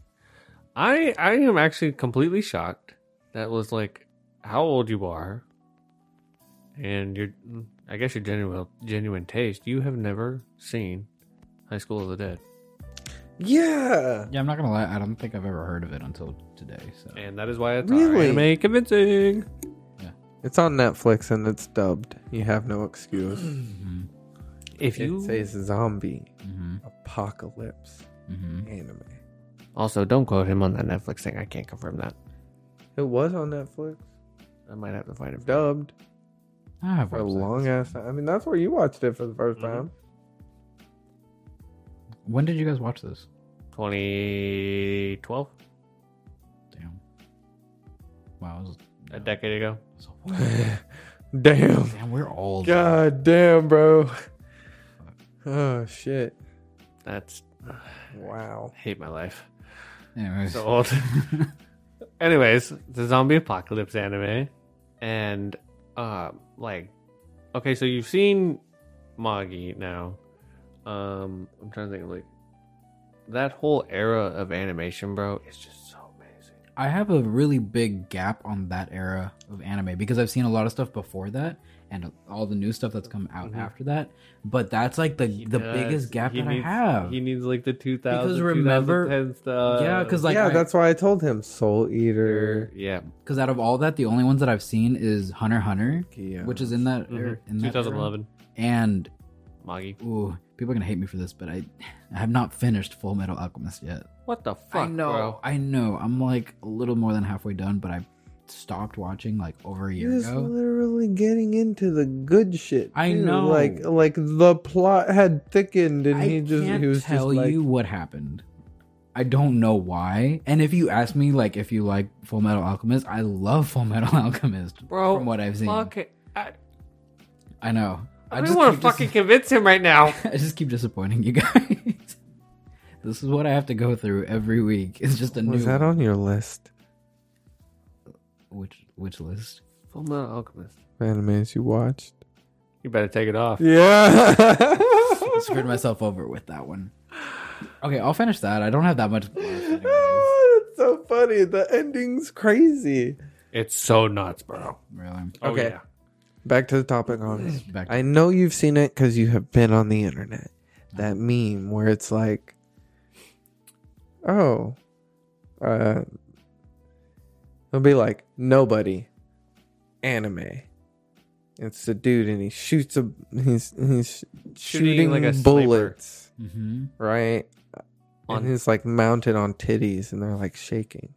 Speaker 3: I I am actually completely shocked. That was like how old you are, and your I guess your genuine genuine taste. You have never seen High School of the Dead.
Speaker 1: Yeah.
Speaker 2: Yeah, I'm not gonna lie. I don't think I've ever heard of it until today. So
Speaker 3: And that is why it's
Speaker 1: Really?
Speaker 3: really? anime convincing.
Speaker 1: It's on Netflix and it's dubbed. You have no excuse.
Speaker 2: Mhm,
Speaker 3: If
Speaker 1: It says zombie
Speaker 2: mhm,
Speaker 1: apocalypse
Speaker 2: mhm.
Speaker 1: anime.
Speaker 3: also don't quote him on that Netflix thing, I can't confirm that.
Speaker 1: It was on Netflix,
Speaker 3: I might have to find it.
Speaker 1: dubbed
Speaker 2: I have
Speaker 1: for a
Speaker 2: websites.
Speaker 1: long ass time. I mean, that's where you watched it for the 1st
Speaker 3: Mhm.
Speaker 1: time.
Speaker 2: When did you guys watch this?
Speaker 3: Twenty twelve.
Speaker 2: Damn. Wow, it was,
Speaker 3: a decade ago.
Speaker 2: so old. Mm-hmm.
Speaker 1: damn.
Speaker 2: Damn, we're old.
Speaker 1: God damn, bro. Oh shit.
Speaker 3: That's
Speaker 1: Wow.
Speaker 3: I hate my life.
Speaker 2: Anyways,
Speaker 3: So old. Anyways, the zombie apocalypse anime, and uh, like, okay, so you've seen Magi now. Um, I'm trying to think of like that whole era of animation, bro, is just so amazing.
Speaker 2: I have a really big gap on that era of anime because I've seen a lot of stuff before that and all the new stuff that's come out
Speaker 3: Mhm.
Speaker 2: after that. But that's like the the
Speaker 3: does.
Speaker 2: biggest gap
Speaker 3: He
Speaker 2: that
Speaker 3: needs-
Speaker 2: I have.
Speaker 3: He needs like the 2000,
Speaker 2: Because remember-
Speaker 3: 2010 stuff.
Speaker 2: yeah, because like
Speaker 1: yeah,
Speaker 2: I-
Speaker 1: that's why I told him Soul Eater.
Speaker 3: yeah,
Speaker 2: Because out of all that, the only ones that I've seen is Hunter x Hunter,
Speaker 1: Yeah.
Speaker 2: which is in that
Speaker 3: Mm-hmm.
Speaker 2: er- in that era.
Speaker 3: 2011
Speaker 2: And
Speaker 3: Magi.
Speaker 2: ooh, people are gonna hate me for this, but I I have not finished Full Metal Alchemist yet.
Speaker 3: What the
Speaker 2: I
Speaker 3: fuck,
Speaker 2: know,
Speaker 3: bro?
Speaker 2: I know. I'm like a little more than halfway done, but I stopped watching like over a
Speaker 1: He
Speaker 2: year
Speaker 1: was
Speaker 2: ago.
Speaker 1: literally getting into the good shit.
Speaker 2: I
Speaker 1: too.
Speaker 2: know.
Speaker 1: like, like the plot had thickened, and
Speaker 2: I
Speaker 1: he just
Speaker 2: can't
Speaker 1: he was
Speaker 2: tell
Speaker 1: just like,
Speaker 2: you what happened. I don't know why. And if you ask me, like, if you like Full Metal Alchemist, I love Full Metal Alchemist.
Speaker 3: Bro,
Speaker 2: from what I've seen,
Speaker 3: Fuck it. I,
Speaker 2: I know.
Speaker 3: I, don't want to
Speaker 2: keep dis-
Speaker 3: fucking convince him right now.
Speaker 2: I just keep disappointing you guys. this is what I have to go through every week. It's just a new
Speaker 1: "Was that on your list
Speaker 2: which which list?
Speaker 3: Full Metal Alchemist.
Speaker 1: of animes you watched?"
Speaker 3: You better take it off.
Speaker 1: Yeah.
Speaker 2: Screwed myself over with that one. Okay, I'll finish that. I don't have that much. left anyways.
Speaker 1: Oh, that's so funny. The ending's crazy.
Speaker 3: It's so nuts, bro.
Speaker 2: Really.
Speaker 3: Oh,
Speaker 1: Okay.
Speaker 3: yeah.
Speaker 1: Back to the topic on this.
Speaker 2: Back
Speaker 1: I know you've seen it because you have been on the internet. That meme where it's like, oh, uh, it'll be like nobody, anime. It's the dude and he shoots a he's he's shooting,
Speaker 3: Shooting like a sniper.
Speaker 1: bullets,
Speaker 2: hmm
Speaker 1: right?
Speaker 3: On-
Speaker 1: and he's like mounted on titties and they're like shaking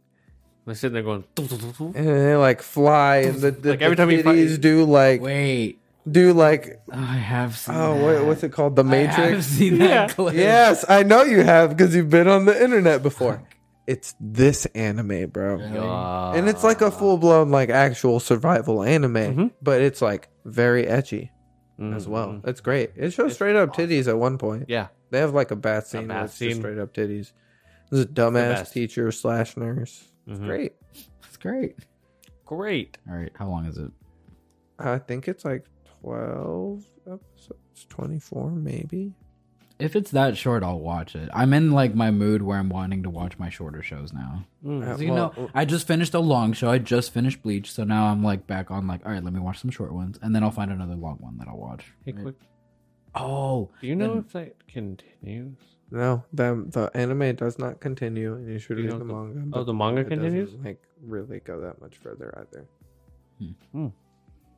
Speaker 3: They're sitting there going. "Doo, doo, doo, doo."
Speaker 1: and they like fly and the, the,
Speaker 3: Like, every
Speaker 1: the
Speaker 3: time he fi-
Speaker 1: titties do like
Speaker 2: Wait,
Speaker 1: do like
Speaker 2: I have seen.
Speaker 1: oh what, what's it called the
Speaker 2: Matrix? I have
Speaker 1: Matrix
Speaker 2: seen that
Speaker 3: Yeah.
Speaker 2: clip.
Speaker 1: Yes, I know you have because you've been on the internet before. It's this anime, bro.
Speaker 2: Yeah.
Speaker 3: God.
Speaker 1: And it's like a full blown, like actual survival anime,
Speaker 3: Mhm.
Speaker 1: but it's like very etchy
Speaker 3: Mm,
Speaker 1: as well.
Speaker 3: mm.
Speaker 1: It's great. It shows
Speaker 3: It's
Speaker 1: straight up
Speaker 3: awesome.
Speaker 1: titties at one point.
Speaker 3: Yeah.
Speaker 1: They have like a bath scene
Speaker 3: bath
Speaker 1: that's
Speaker 3: scene.
Speaker 1: just straight up titties. This is a dumbass
Speaker 3: best.
Speaker 1: teacher slash nurse. It's
Speaker 3: Mhm.
Speaker 1: great.
Speaker 2: That's great.
Speaker 3: Great.
Speaker 2: All right, how long is it?
Speaker 1: I think it's like 12 episodes, 24 maybe.
Speaker 2: If it's that short, I'll watch it. I'm in like my mood where I'm wanting to watch my shorter shows now.
Speaker 3: Mm.
Speaker 1: Uh,
Speaker 2: So, you
Speaker 1: well,
Speaker 2: know, I just finished a long show. I just finished Bleach, so now I'm like back on like, all right, let me watch some short ones, and then I'll find another long one that I'll watch.
Speaker 3: Hey, quick.
Speaker 2: Oh,
Speaker 3: Do you know
Speaker 2: Then-
Speaker 3: if that continues?
Speaker 1: No, the the anime does not continue, and you should
Speaker 3: You
Speaker 1: read
Speaker 3: know
Speaker 1: the
Speaker 3: the-
Speaker 1: manga.
Speaker 3: Oh,
Speaker 1: but
Speaker 3: the manga
Speaker 1: it
Speaker 3: continues.
Speaker 1: Doesn't, like really go that much further either.
Speaker 2: Hmm.
Speaker 3: Hmm.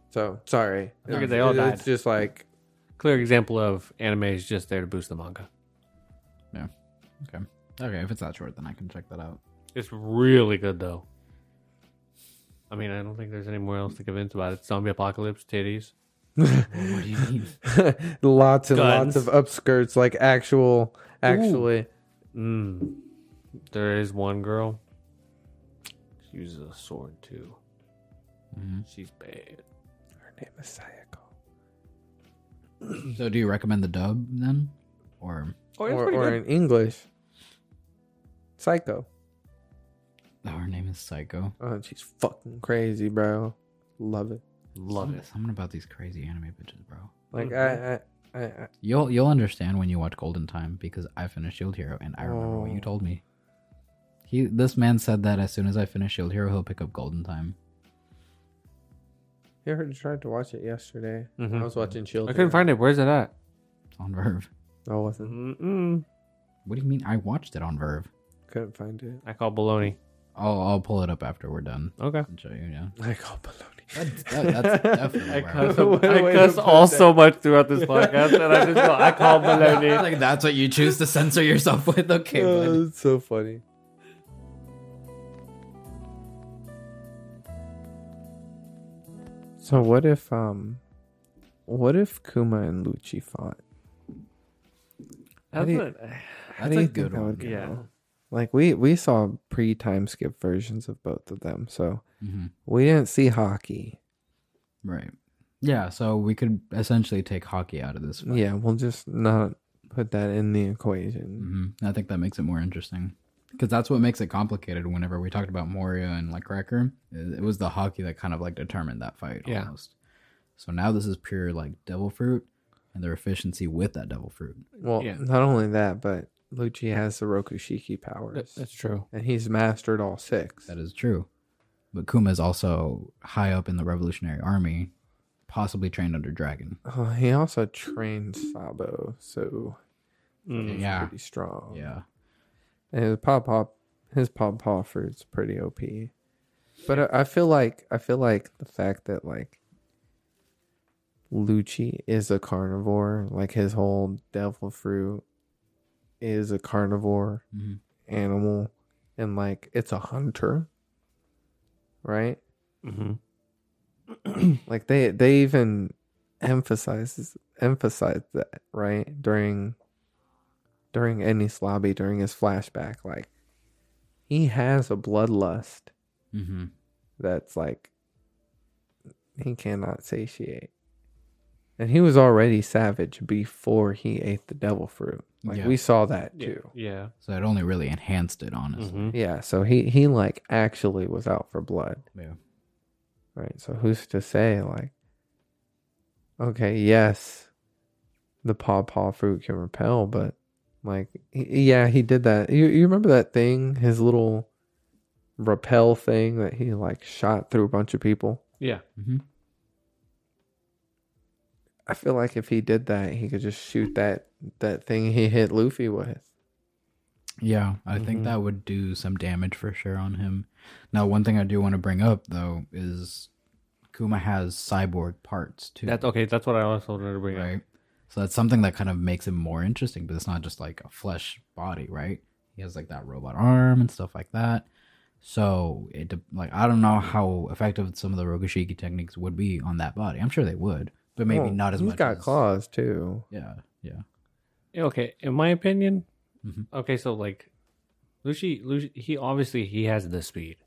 Speaker 1: So sorry.
Speaker 3: I figured
Speaker 1: It's-
Speaker 3: they all
Speaker 1: It's
Speaker 3: died.
Speaker 1: just like
Speaker 3: Clear example of anime is just there to boost the manga.
Speaker 2: okay, okay. If it's that short, then I can check that out.
Speaker 3: It's really good though. I mean, I don't think there's anywhere else to convince about it. Zombie apocalypse, titties.
Speaker 2: Well, what do you mean?
Speaker 1: lots and lots
Speaker 3: Guns.
Speaker 1: of upskirts, like actual, actually.
Speaker 3: Mm. There is one girl. She uses a sword too.
Speaker 2: Mhm.
Speaker 3: She's bad.
Speaker 1: Her name is Sayako.
Speaker 2: So, do you recommend the dub then, or
Speaker 3: Oh,
Speaker 1: or or in English, Psycho.
Speaker 2: oh, her name is Psycho?
Speaker 1: Oh, she's fucking crazy, bro. Love it.
Speaker 3: Love
Speaker 2: Something-
Speaker 3: it.
Speaker 2: Something about these crazy anime bitches, bro.
Speaker 1: Like I, I, I, I
Speaker 2: You'll you'll understand when you watch Golden Time because I finished Shield Hero and I remember what you
Speaker 1: Oh.
Speaker 2: told me. He this man said that as soon as I finish Shield Hero, he'll pick up Golden Time.
Speaker 1: I heard you tried to watch it yesterday.
Speaker 3: Mhm.
Speaker 1: I was watching Shield.
Speaker 3: I couldn't find it. Where's it at?
Speaker 2: It's on Verve.
Speaker 1: I wasn't.
Speaker 3: Mm-mm.
Speaker 2: What do you mean? I watched it on Verve.
Speaker 1: Couldn't find it.
Speaker 3: I call baloney.
Speaker 2: I'll I'll pull it up after we're done
Speaker 3: Okay.
Speaker 2: and show you. Yeah,
Speaker 1: I call baloney.
Speaker 2: that's, that, that's definitely
Speaker 3: I
Speaker 2: where
Speaker 3: cuss,
Speaker 2: I was.
Speaker 1: What a
Speaker 3: I
Speaker 1: way
Speaker 3: cuss
Speaker 1: to put
Speaker 3: all
Speaker 1: that.
Speaker 3: so much throughout this podcast, and I just go, I call baloney.
Speaker 2: like that's what you choose to censor yourself with. Okay, bud.
Speaker 3: Uh,
Speaker 1: Oh, it's so funny. So what if um, what if Kuma and Lucci fought?
Speaker 3: That's
Speaker 1: do you-
Speaker 3: what-
Speaker 1: How
Speaker 2: that's
Speaker 1: do
Speaker 2: a
Speaker 1: you
Speaker 2: good
Speaker 1: think that
Speaker 2: one.
Speaker 1: would go?
Speaker 3: yeah.
Speaker 1: Like we we saw pre time skip versions of both of them, so
Speaker 2: hmm
Speaker 1: we didn't see hockey.
Speaker 2: Right. Yeah. So we could essentially take hockey out of this. fight.
Speaker 1: Yeah, we'll just not put that in the equation.
Speaker 2: Mhm. I think that makes it more interesting because that's what makes it complicated. Whenever we talked about Moria and like Wrecker, it it was the hockey that kind of like determined that fight
Speaker 3: Yeah.
Speaker 2: almost. So now this is pure like devil fruit and their efficiency with that devil fruit.
Speaker 1: Well,
Speaker 3: Yeah.
Speaker 1: not only that, but Lucci has the Rokushiki powers,
Speaker 3: That's true.
Speaker 1: and he's mastered all six.
Speaker 2: That is true. But Kuma is also high up in the Revolutionary Army, possibly trained under Dragon.
Speaker 1: Oh, he also trained Sabo, so he's
Speaker 2: Mm. Yeah.
Speaker 1: pretty strong.
Speaker 2: Yeah.
Speaker 1: And his pop pop his pop paw fruit's pretty OP. But I, I feel like I feel like the fact that like Lucci is a carnivore, like his whole devil fruit is a carnivore
Speaker 2: Mhm.
Speaker 1: animal and like it's a hunter. Right?
Speaker 3: hmm
Speaker 1: Like they they even emphasizes emphasized that, right? During during Ennis Lobby, during his flashback, like he has a bloodlust
Speaker 2: hmm
Speaker 1: that's like he cannot satiate. And he was already savage before he ate the devil fruit. Like
Speaker 2: Yeah.
Speaker 1: we saw that
Speaker 3: Yeah.
Speaker 1: too.
Speaker 3: Yeah.
Speaker 2: So it only really enhanced it, honestly.
Speaker 3: hmm
Speaker 1: Yeah, so he he like actually was out for blood.
Speaker 2: Yeah.
Speaker 1: Right. So who's to say, like, okay, yes, the paw paw fruit can repel, but like, y- yeah, he did that. You you remember that thing, his little repel thing that he like shot through a bunch of people?
Speaker 3: Yeah.
Speaker 1: I feel like if he did that, he could just shoot that that thing he hit Luffy with.
Speaker 2: Yeah, I
Speaker 3: Mhm.
Speaker 1: Mm-hmm.
Speaker 2: think that would do some damage for sure on him. Now, one thing I do want to bring up though is Kuma has cyborg parts too.
Speaker 3: That's okay. That's what I also wanted to bring up.
Speaker 2: right. So that's something that kind of makes him more interesting, but it's not just like a flesh body, right? He has like that robot arm and stuff like that. So it de- like I don't know how effective some of the Rokushiki techniques would be on that body. I'm sure they would, but maybe
Speaker 1: Well,
Speaker 2: not as
Speaker 1: he's
Speaker 2: much.
Speaker 1: got
Speaker 2: as-
Speaker 1: claws too.
Speaker 2: Yeah, yeah.
Speaker 3: Okay. In my opinion,
Speaker 2: Mhm.
Speaker 3: okay. So like, Lucy, Lucy, he obviously he has the speed,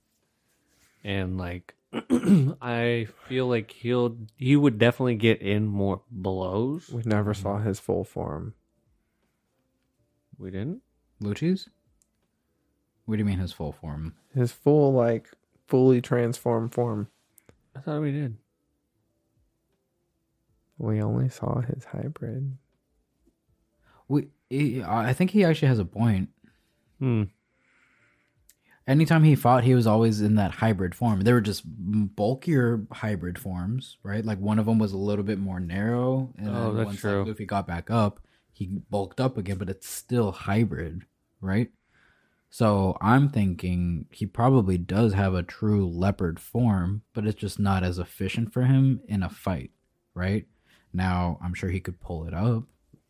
Speaker 3: and like, I feel like he'll he would definitely get in more blows.
Speaker 1: We never
Speaker 2: Mm-hmm.
Speaker 1: saw his full form.
Speaker 3: We didn't.
Speaker 2: Luchis? What do you mean his full form?
Speaker 1: His full like fully transformed form.
Speaker 3: I thought we did.
Speaker 1: We only saw his hybrid.
Speaker 2: We, he, I think he actually has a point.
Speaker 3: Hmm.
Speaker 2: Anytime he fought, he was always in that hybrid form. They were just bulkier hybrid forms, right? Like one of them was a little bit more narrow, and
Speaker 3: Oh,
Speaker 2: then
Speaker 3: that's
Speaker 2: once
Speaker 3: true.
Speaker 2: Like, Luffy got back up, he bulked up again, but it's still hybrid, right? So I'm thinking he probably does have a true leopard form, but it's just not as efficient for him in a fight, right? Now I'm sure he could pull it up,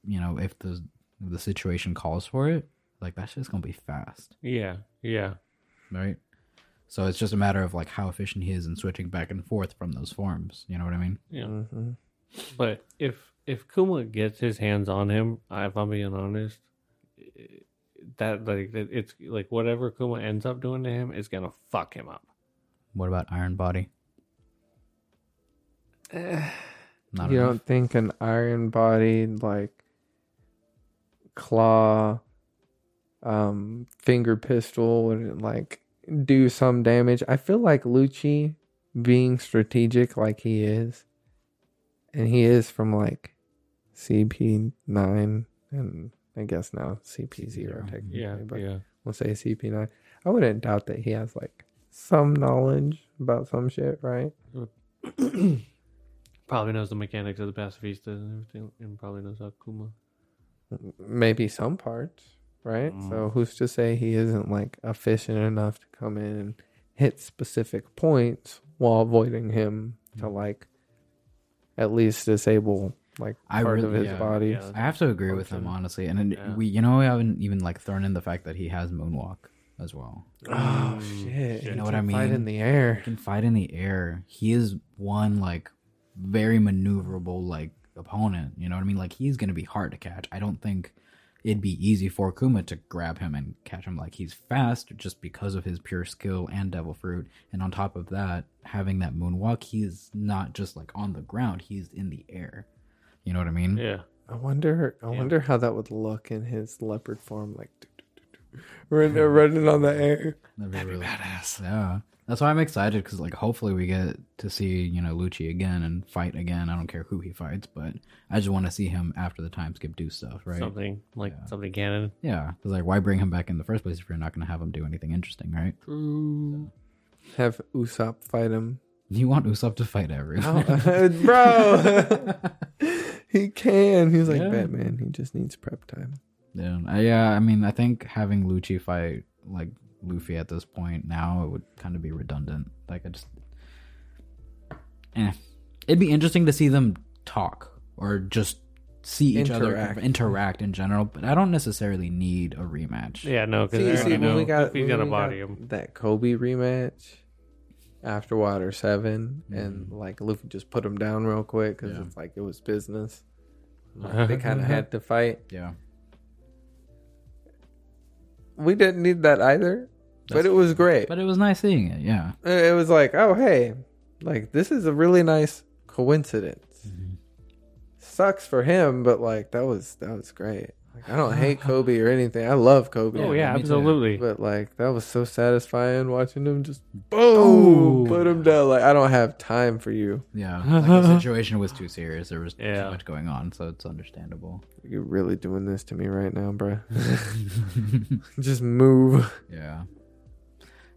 Speaker 2: you know, if the if the situation calls for it. Like that shit's gonna be fast
Speaker 3: Yeah. Yeah.
Speaker 2: right? So it's just a matter of like how efficient he is in switching back and forth from those forms. You know what I mean?
Speaker 3: Yeah.
Speaker 1: hmm
Speaker 3: But if if Kuma gets his hands on him, I- if I'm being honest, i- that like that- it's like whatever Kuma ends up doing to him is gonna fuck him up.
Speaker 2: What about Iron Body? Not
Speaker 1: you
Speaker 2: enough.
Speaker 1: don't think an iron bodied like claw um finger pistol would like do some damage i feel like lucci being strategic like he is and he is from like cp9 and i guess now cp0
Speaker 2: CP0,
Speaker 1: technically
Speaker 3: Yeah,
Speaker 1: but
Speaker 3: yeah.
Speaker 1: we'll say cp9 i wouldn't doubt that he has like some knowledge about some shit right
Speaker 3: Probably knows the mechanics of the pacifista and everything, and probably knows how Kuma.
Speaker 1: maybe some parts, right?
Speaker 3: Mm.
Speaker 1: So who's to say he isn't like efficient enough to come in and hit specific points while avoiding him to
Speaker 3: Mm.
Speaker 1: like at least disable like
Speaker 2: I
Speaker 1: part of
Speaker 2: really-
Speaker 1: his
Speaker 2: yeah,
Speaker 1: body.
Speaker 3: yeah.
Speaker 2: I have to agree with him
Speaker 3: uh, Function.
Speaker 2: honestly, and then
Speaker 3: Yeah.
Speaker 2: we, you know, we haven't even like thrown in the fact that he has Moonwalk as well.
Speaker 1: Oh
Speaker 3: Mm,
Speaker 1: shit!
Speaker 2: You
Speaker 1: He
Speaker 2: know what
Speaker 1: can
Speaker 2: I
Speaker 1: Fight in
Speaker 2: mean?
Speaker 1: the
Speaker 2: He
Speaker 1: air.
Speaker 2: can fight in the air. He is one like very maneuverable like opponent. You know what I mean? Like he's gonna be hard to catch. I don't think it'd be easy for Kuma to grab him and catch him. Like he's fast just because of his pure skill and devil fruit. And on top of that, having that moonwalk, he's not just like on the ground, he's in the air. You know what I mean?
Speaker 3: Yeah.
Speaker 1: I wonder. I
Speaker 3: Yeah.
Speaker 1: wonder how that would look in his leopard form, like do, do, do, do, run- uh, running on the air.
Speaker 2: That'd be, really badass. Yeah. That's why I'm excited because, like, hopefully we get to see, you know, Lucci again and fight again. I don't care who he fights, but I just want to see him after the time skip do stuff, right?
Speaker 3: Something like
Speaker 2: Yeah.
Speaker 3: something canon.
Speaker 2: Yeah. Because, like, why bring him back in the first place if you're not going to have him do anything interesting, right?
Speaker 3: True.
Speaker 1: Have Usopp fight him,
Speaker 2: You want Usopp to fight everyone.
Speaker 1: How- bro. he can. He's like
Speaker 2: Yeah.
Speaker 1: Batman. He just needs prep time.
Speaker 2: yeah. I, yeah. I mean, I think having Lucci fight, like, Luffy at this point now, it would kind of be redundant. Like, I just. Eh. It'd be interesting to see them talk or just see each
Speaker 1: Interact.
Speaker 2: other interact in general, but I don't necessarily need a rematch.
Speaker 3: Yeah, no, because you know he's gonna
Speaker 1: we
Speaker 3: body
Speaker 1: got
Speaker 3: him.
Speaker 1: that Kobe rematch after Water 7 and
Speaker 3: Mm.
Speaker 1: like Luffy just put him down real quick because
Speaker 2: Yeah.
Speaker 1: it's like it was business. Like, they kind of had to fight.
Speaker 2: Yeah.
Speaker 1: We didn't need that either, but
Speaker 2: That's-
Speaker 1: it was great.
Speaker 2: But it was nice seeing it. Yeah.
Speaker 1: it it was like, oh hey, like this is a really nice coincidence.
Speaker 3: Mm-hmm.
Speaker 1: Sucks for him, but like that was that was great. Like I don't hate Kobe or anything. I love Kobe.
Speaker 3: Oh
Speaker 2: Yeah,
Speaker 3: yeah,
Speaker 2: me too.
Speaker 3: absolutely.
Speaker 1: But like that was so satisfying watching him just boom
Speaker 2: Boom.
Speaker 1: put him down. Like I don't have time for you.
Speaker 2: Yeah. Like the situation was too serious. There was
Speaker 3: Yeah.
Speaker 2: too much going on, so it's understandable.
Speaker 1: You're really doing this to me right now, bruh. just move.
Speaker 2: Yeah.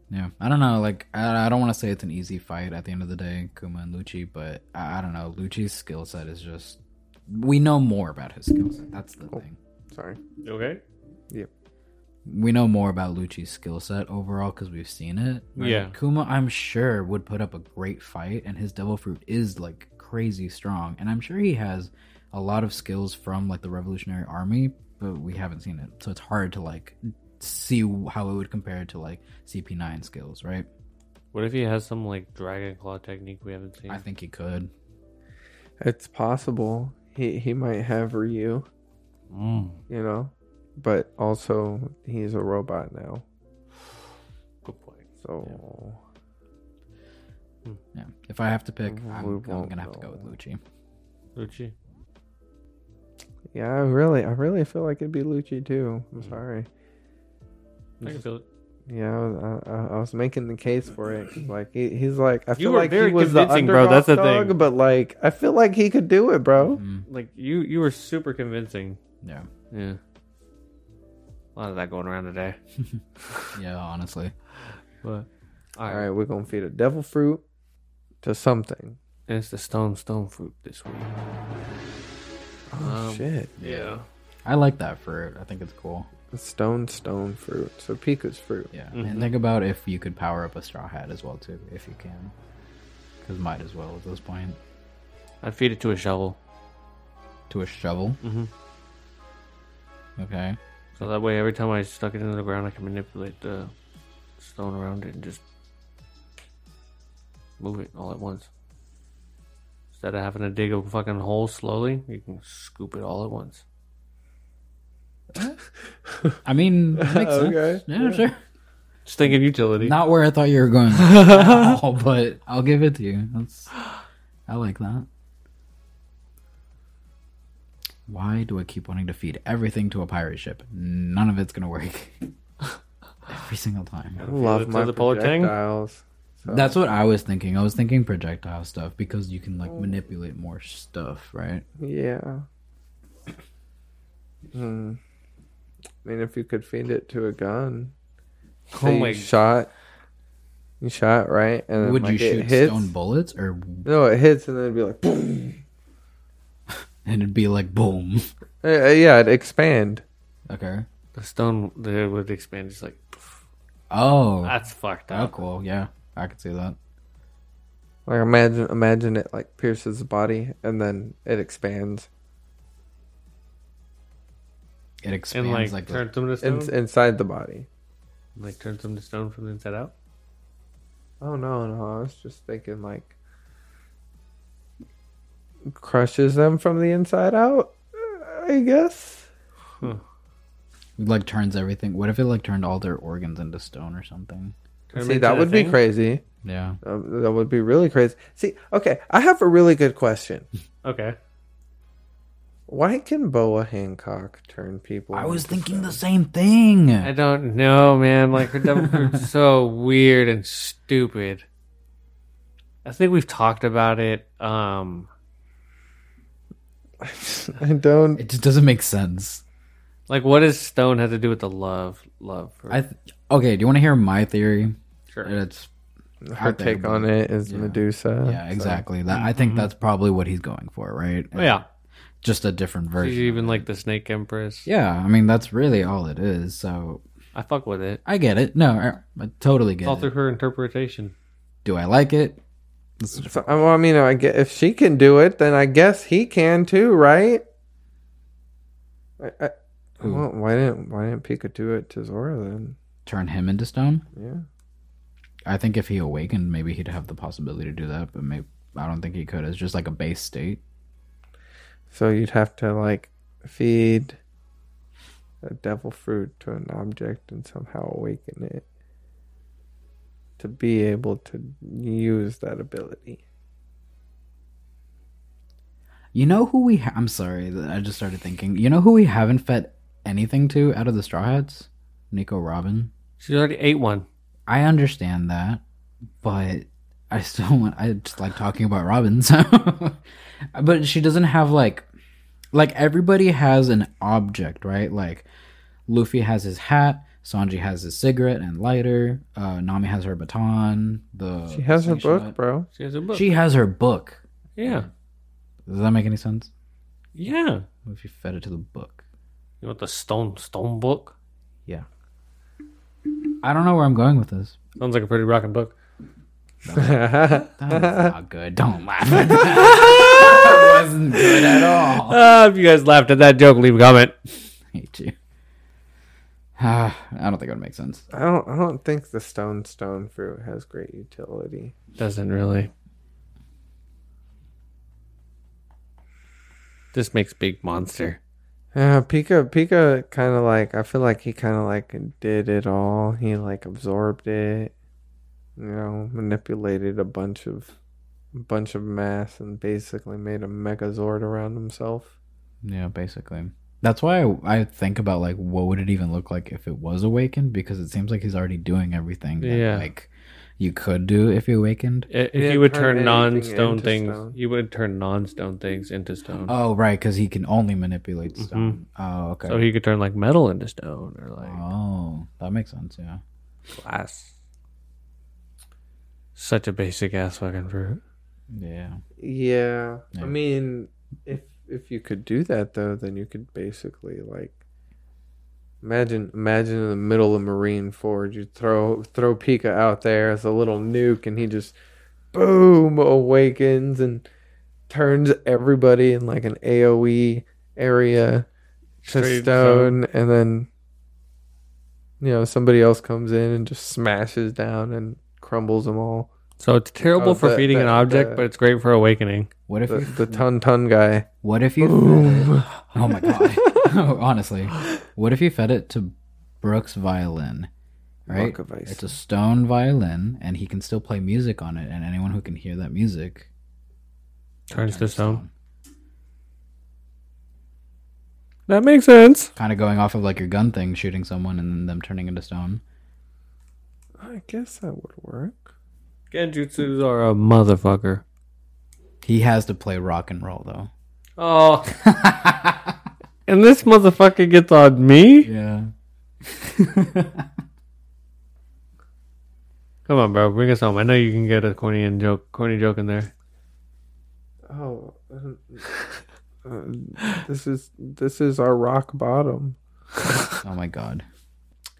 Speaker 2: Yeah. I don't know. Like, I, I don't want to say it's an easy fight at the end of the day, Kuma and Lucci, but I, I don't know. Lucci's skill set is just. We know more about his skill set. That's the thing.
Speaker 1: Sorry.
Speaker 3: You Okay.
Speaker 2: We know more about Lucci's skill set overall because we've seen it.
Speaker 3: Yeah.
Speaker 2: Kuma, I'm sure, would put up a great fight, and his Devil Fruit is, like, crazy strong. And I'm sure he has a lot of skills from, like, the Revolutionary Army, but we haven't seen it. So it's hard to, like, see how it would compare to, like, CP9 skills, right?
Speaker 3: What if he has some like dragon claw technique we haven't seen?
Speaker 2: I think he could.
Speaker 1: It's possible he he might have Ryu,
Speaker 3: Mm,
Speaker 1: you know, but also he's a robot now.
Speaker 3: good point.
Speaker 1: So.
Speaker 2: Yeah. If I have to pick, I'm,
Speaker 1: We
Speaker 2: I'm
Speaker 1: won't
Speaker 2: gonna have to go with
Speaker 1: know.
Speaker 2: Lucci.
Speaker 3: Lucci.
Speaker 1: Yeah, I really, I really feel like it'd be Lucci too. I'm sorry.
Speaker 3: I can feel it.
Speaker 1: Yeah, I was, I, I- I was making the case for it. 'cause, Like he, he's like, I feel
Speaker 3: were
Speaker 1: like he
Speaker 3: very
Speaker 1: was the
Speaker 3: convincing,
Speaker 1: underdog,
Speaker 3: bro, that's the thing. Mm-hmm.
Speaker 1: but like I feel like he could do it, bro.
Speaker 2: Mm,
Speaker 3: Like you, you were super convincing.
Speaker 2: yeah.
Speaker 3: Yeah. A lot of that going around today.
Speaker 2: Yeah. Honestly.
Speaker 3: But all
Speaker 1: All
Speaker 3: right.
Speaker 1: right, we're gonna feed a devil fruit to something.
Speaker 3: And it's the stone stone fruit this week.
Speaker 1: Oh
Speaker 3: Um,
Speaker 1: shit,
Speaker 3: Yeah.
Speaker 2: I like that fruit. I think it's cool.
Speaker 1: A stone stone fruit. So Pika's fruit.
Speaker 2: Yeah.
Speaker 3: Mhm.
Speaker 2: And think about if you could power up a straw hat as well too, if you can. Because might as well at this point.
Speaker 3: I'd feed it to a shovel.
Speaker 2: To a shovel.
Speaker 3: Mm-hmm.
Speaker 2: Okay.
Speaker 3: So that way, every time I stuck it into the ground, I can manipulate the stone around it and just move it all at once. Instead of having to dig a fucking hole slowly, you can scoop it all at once.
Speaker 2: I mean, that makes sense.
Speaker 1: Okay.
Speaker 2: Yeah, sure.
Speaker 3: Just thinking utility.
Speaker 2: Not where I thought you were going, at all, but I'll give it to you. That's. I like that. Why do I keep wanting to feed everything to a pirate ship? None of it's gonna work. Every single time.
Speaker 1: I love
Speaker 3: to
Speaker 1: my
Speaker 3: the polar thing?
Speaker 1: projectiles. So-
Speaker 2: That's what I was thinking. I was thinking projectile stuff because you can like
Speaker 3: Oh.
Speaker 2: manipulate more stuff, right?
Speaker 1: Yeah. Hmm. I mean, if you could feed it to a gun,
Speaker 3: Oh
Speaker 1: say
Speaker 3: my-
Speaker 1: you shot, you shot right, and then,
Speaker 2: Would
Speaker 1: Uh, like,
Speaker 2: you
Speaker 1: it
Speaker 2: shoot
Speaker 1: hits.
Speaker 2: stone bullets or
Speaker 1: no, it hits, and then it'd be like, boom.
Speaker 2: and it'd be like boom?
Speaker 1: Uh, uh, yeah, it'd expand.
Speaker 2: Okay.
Speaker 3: The stone that would expand is like, pff,
Speaker 2: Oh.
Speaker 3: that's fucked
Speaker 2: Oh,
Speaker 3: up.
Speaker 2: cool. Yeah, I could see that.
Speaker 1: Like imagine, imagine it like pierces the body, and then it expands
Speaker 2: It expands
Speaker 3: And like,
Speaker 2: like, the
Speaker 3: turns them to stone?
Speaker 1: in, inside the body.
Speaker 3: like turns them to stone from the inside out?
Speaker 1: Oh no, no, I was just thinking like crushes them from the inside out. I guess.
Speaker 2: like turns everything. What if it like turned all their organs into stone or something?
Speaker 3: Turn them
Speaker 1: See,
Speaker 3: into
Speaker 1: that would be
Speaker 3: thing?
Speaker 1: crazy.
Speaker 2: Yeah.
Speaker 1: Um, that would be really crazy. See, okay, I have a really good question.
Speaker 3: Okay.
Speaker 1: Why can Boa Hancock turn people?
Speaker 2: I was
Speaker 1: into
Speaker 2: thinking the
Speaker 1: stone?
Speaker 2: same thing.
Speaker 3: I don't know, man. Like her devil fruit's so weird and stupid. I think we've talked about it. Um,
Speaker 1: I don't.
Speaker 2: It just doesn't make sense.
Speaker 3: like what does stone have to do with the love? Love. fruit?
Speaker 2: I th- okay. Do you want to hear my theory?
Speaker 3: sure.
Speaker 2: It's
Speaker 1: Her
Speaker 2: out there,
Speaker 1: take
Speaker 2: but-
Speaker 1: on it is
Speaker 2: yeah.
Speaker 1: Medusa.
Speaker 2: yeah, exactly. That I think that's probably what he's going for, right?
Speaker 3: Oh, yeah.
Speaker 2: Just a different
Speaker 3: She's
Speaker 2: version.
Speaker 3: even like the snake empress.
Speaker 2: yeah, I mean that's really all it is. So
Speaker 3: I fuck with it.
Speaker 2: I get it. No, I, I totally get
Speaker 3: All through
Speaker 2: it.
Speaker 3: her interpretation.
Speaker 2: Do I like it?
Speaker 1: So, so, I- uh, well, I mean, I guess if she can do it, then I guess he can too, right? I, I,
Speaker 2: Who?
Speaker 1: well, why didn't why didn't Pika do it to Zora then?
Speaker 2: Turn him into stone?
Speaker 1: Yeah.
Speaker 2: I think if he awakened, maybe he'd have the possibility to do that, but maybe I don't think he could. It's just like a base state.
Speaker 1: So you'd have to like feed a devil fruit to an object and somehow awaken it to be able to use that ability.
Speaker 2: You know who we? Ha- I'm sorry, th- I just started thinking. You know who we haven't fed anything to out of the Straw Hats? Nico Robin.
Speaker 3: She already ate one.
Speaker 2: I understand that, but I still want. I just like talking about Robin. So, but she doesn't have like, like everybody has an object, right? Like, Luffy has his hat. Sanji has his cigarette and lighter. Uh, Nami has her baton. The
Speaker 1: She has her
Speaker 2: slingshot.
Speaker 1: book, bro.
Speaker 3: She has a book.
Speaker 2: She has her book.
Speaker 3: yeah.
Speaker 2: Does that make any sense?
Speaker 3: Yeah.
Speaker 2: What If you fed it to the book.
Speaker 3: You want the stone stone book?
Speaker 2: Yeah. I don't know where I'm going with this.
Speaker 3: Sounds like a pretty rocking book.
Speaker 2: That was not good. Don't laugh at that. that wasn't good at all.
Speaker 3: Uh, if you guys laughed at that joke, leave a comment.
Speaker 2: hate you. Ah, I don't think it would make sense.
Speaker 1: I don't I don't think the stone stone fruit has great utility.
Speaker 3: Doesn't really. This makes big monster.
Speaker 1: Yeah, Uh, Pika Pika kinda like I feel like he kinda like did it all. He like absorbed it. You know, manipulated a bunch of a bunch of mass and basically made a megazord around himself.
Speaker 2: Yeah, basically. That's why I, I think about like what would it even look like if it was awakened because it seems like he's already doing everything that,
Speaker 3: Yeah.
Speaker 2: like you could do if you awakened.
Speaker 3: I- If
Speaker 1: Yeah,
Speaker 3: you would
Speaker 1: turn
Speaker 3: turn
Speaker 1: anything
Speaker 3: non-stone
Speaker 1: into
Speaker 3: things,
Speaker 1: stone.
Speaker 3: you would turn non-stone things into stone.
Speaker 2: Oh, right, because he can only manipulate stone. Oh, okay.
Speaker 3: Mm-hmm. So he could turn like metal into stone or like
Speaker 2: oh, that makes sense. Yeah.
Speaker 3: glass. Such a basic ass fucking fruit.
Speaker 2: Yeah.
Speaker 1: Yeah.
Speaker 2: Yeah.
Speaker 1: I mean, if if you could do that though, then you could basically like imagine imagine in the middle of Marine Forge, you throw throw Pika out there as a little nuke and he just boom awakens and turns everybody in like an AoE area to
Speaker 3: Straight
Speaker 1: stone and then you know somebody else comes in and just smashes down and crumbles them all.
Speaker 3: So it's terrible
Speaker 1: Oh,
Speaker 3: for
Speaker 1: the-
Speaker 3: feeding
Speaker 1: the-
Speaker 3: an object,
Speaker 1: the-
Speaker 3: but it's great for awakening.
Speaker 2: What if
Speaker 1: The,
Speaker 2: you
Speaker 1: the ton ton guy.
Speaker 2: What if you? Fed it, oh my god! Honestly, what if you fed it to Brooks' violin? Right,
Speaker 1: Markovicin.
Speaker 2: it's a stone violin, and he can still play music on it. And anyone who can hear that music
Speaker 3: Turns to stone. That makes sense.
Speaker 2: kind of going off of like your gun thing, shooting someone and then them turning into stone.
Speaker 1: I guess that would work.
Speaker 3: Genjutsus are a motherfucker.
Speaker 2: He has to play rock and roll though.
Speaker 3: Oh. and this motherfucker gets on me?
Speaker 2: Yeah,
Speaker 3: Come on, bro. Bring us home. I know you can get a corny and joke, corny joke in there.
Speaker 1: Oh, um, uh, this is this is our rock bottom.
Speaker 2: oh my god.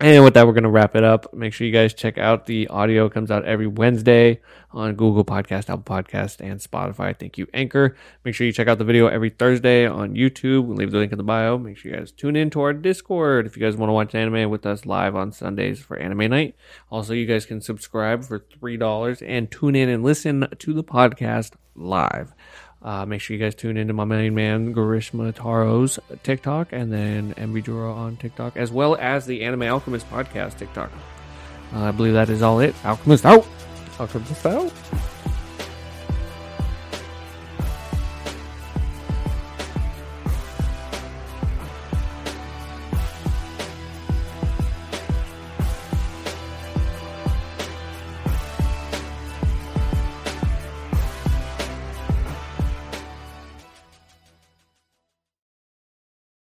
Speaker 3: And with that, we're going to wrap it up. Make sure you guys check out the audio. It comes out every Wednesday on Google Podcast, Apple Podcast, and Spotify. Thank you, Anchor. Make sure you check out the video every Thursday on YouTube. We'll leave the link in the bio. Make sure you guys tune in to our Discord if you guys want to watch anime with us live on Sundays for anime night. Also, you guys can subscribe for $3 and tune in and listen to the podcast live. Uh, make sure you guys tune into my main man Garishma Taro's TikTok and then MB Juro on TikTok, as well as the Anime Alchemist podcast TikTok. Uh, I believe that is all it. Alchemist out.
Speaker 1: Alchemist out.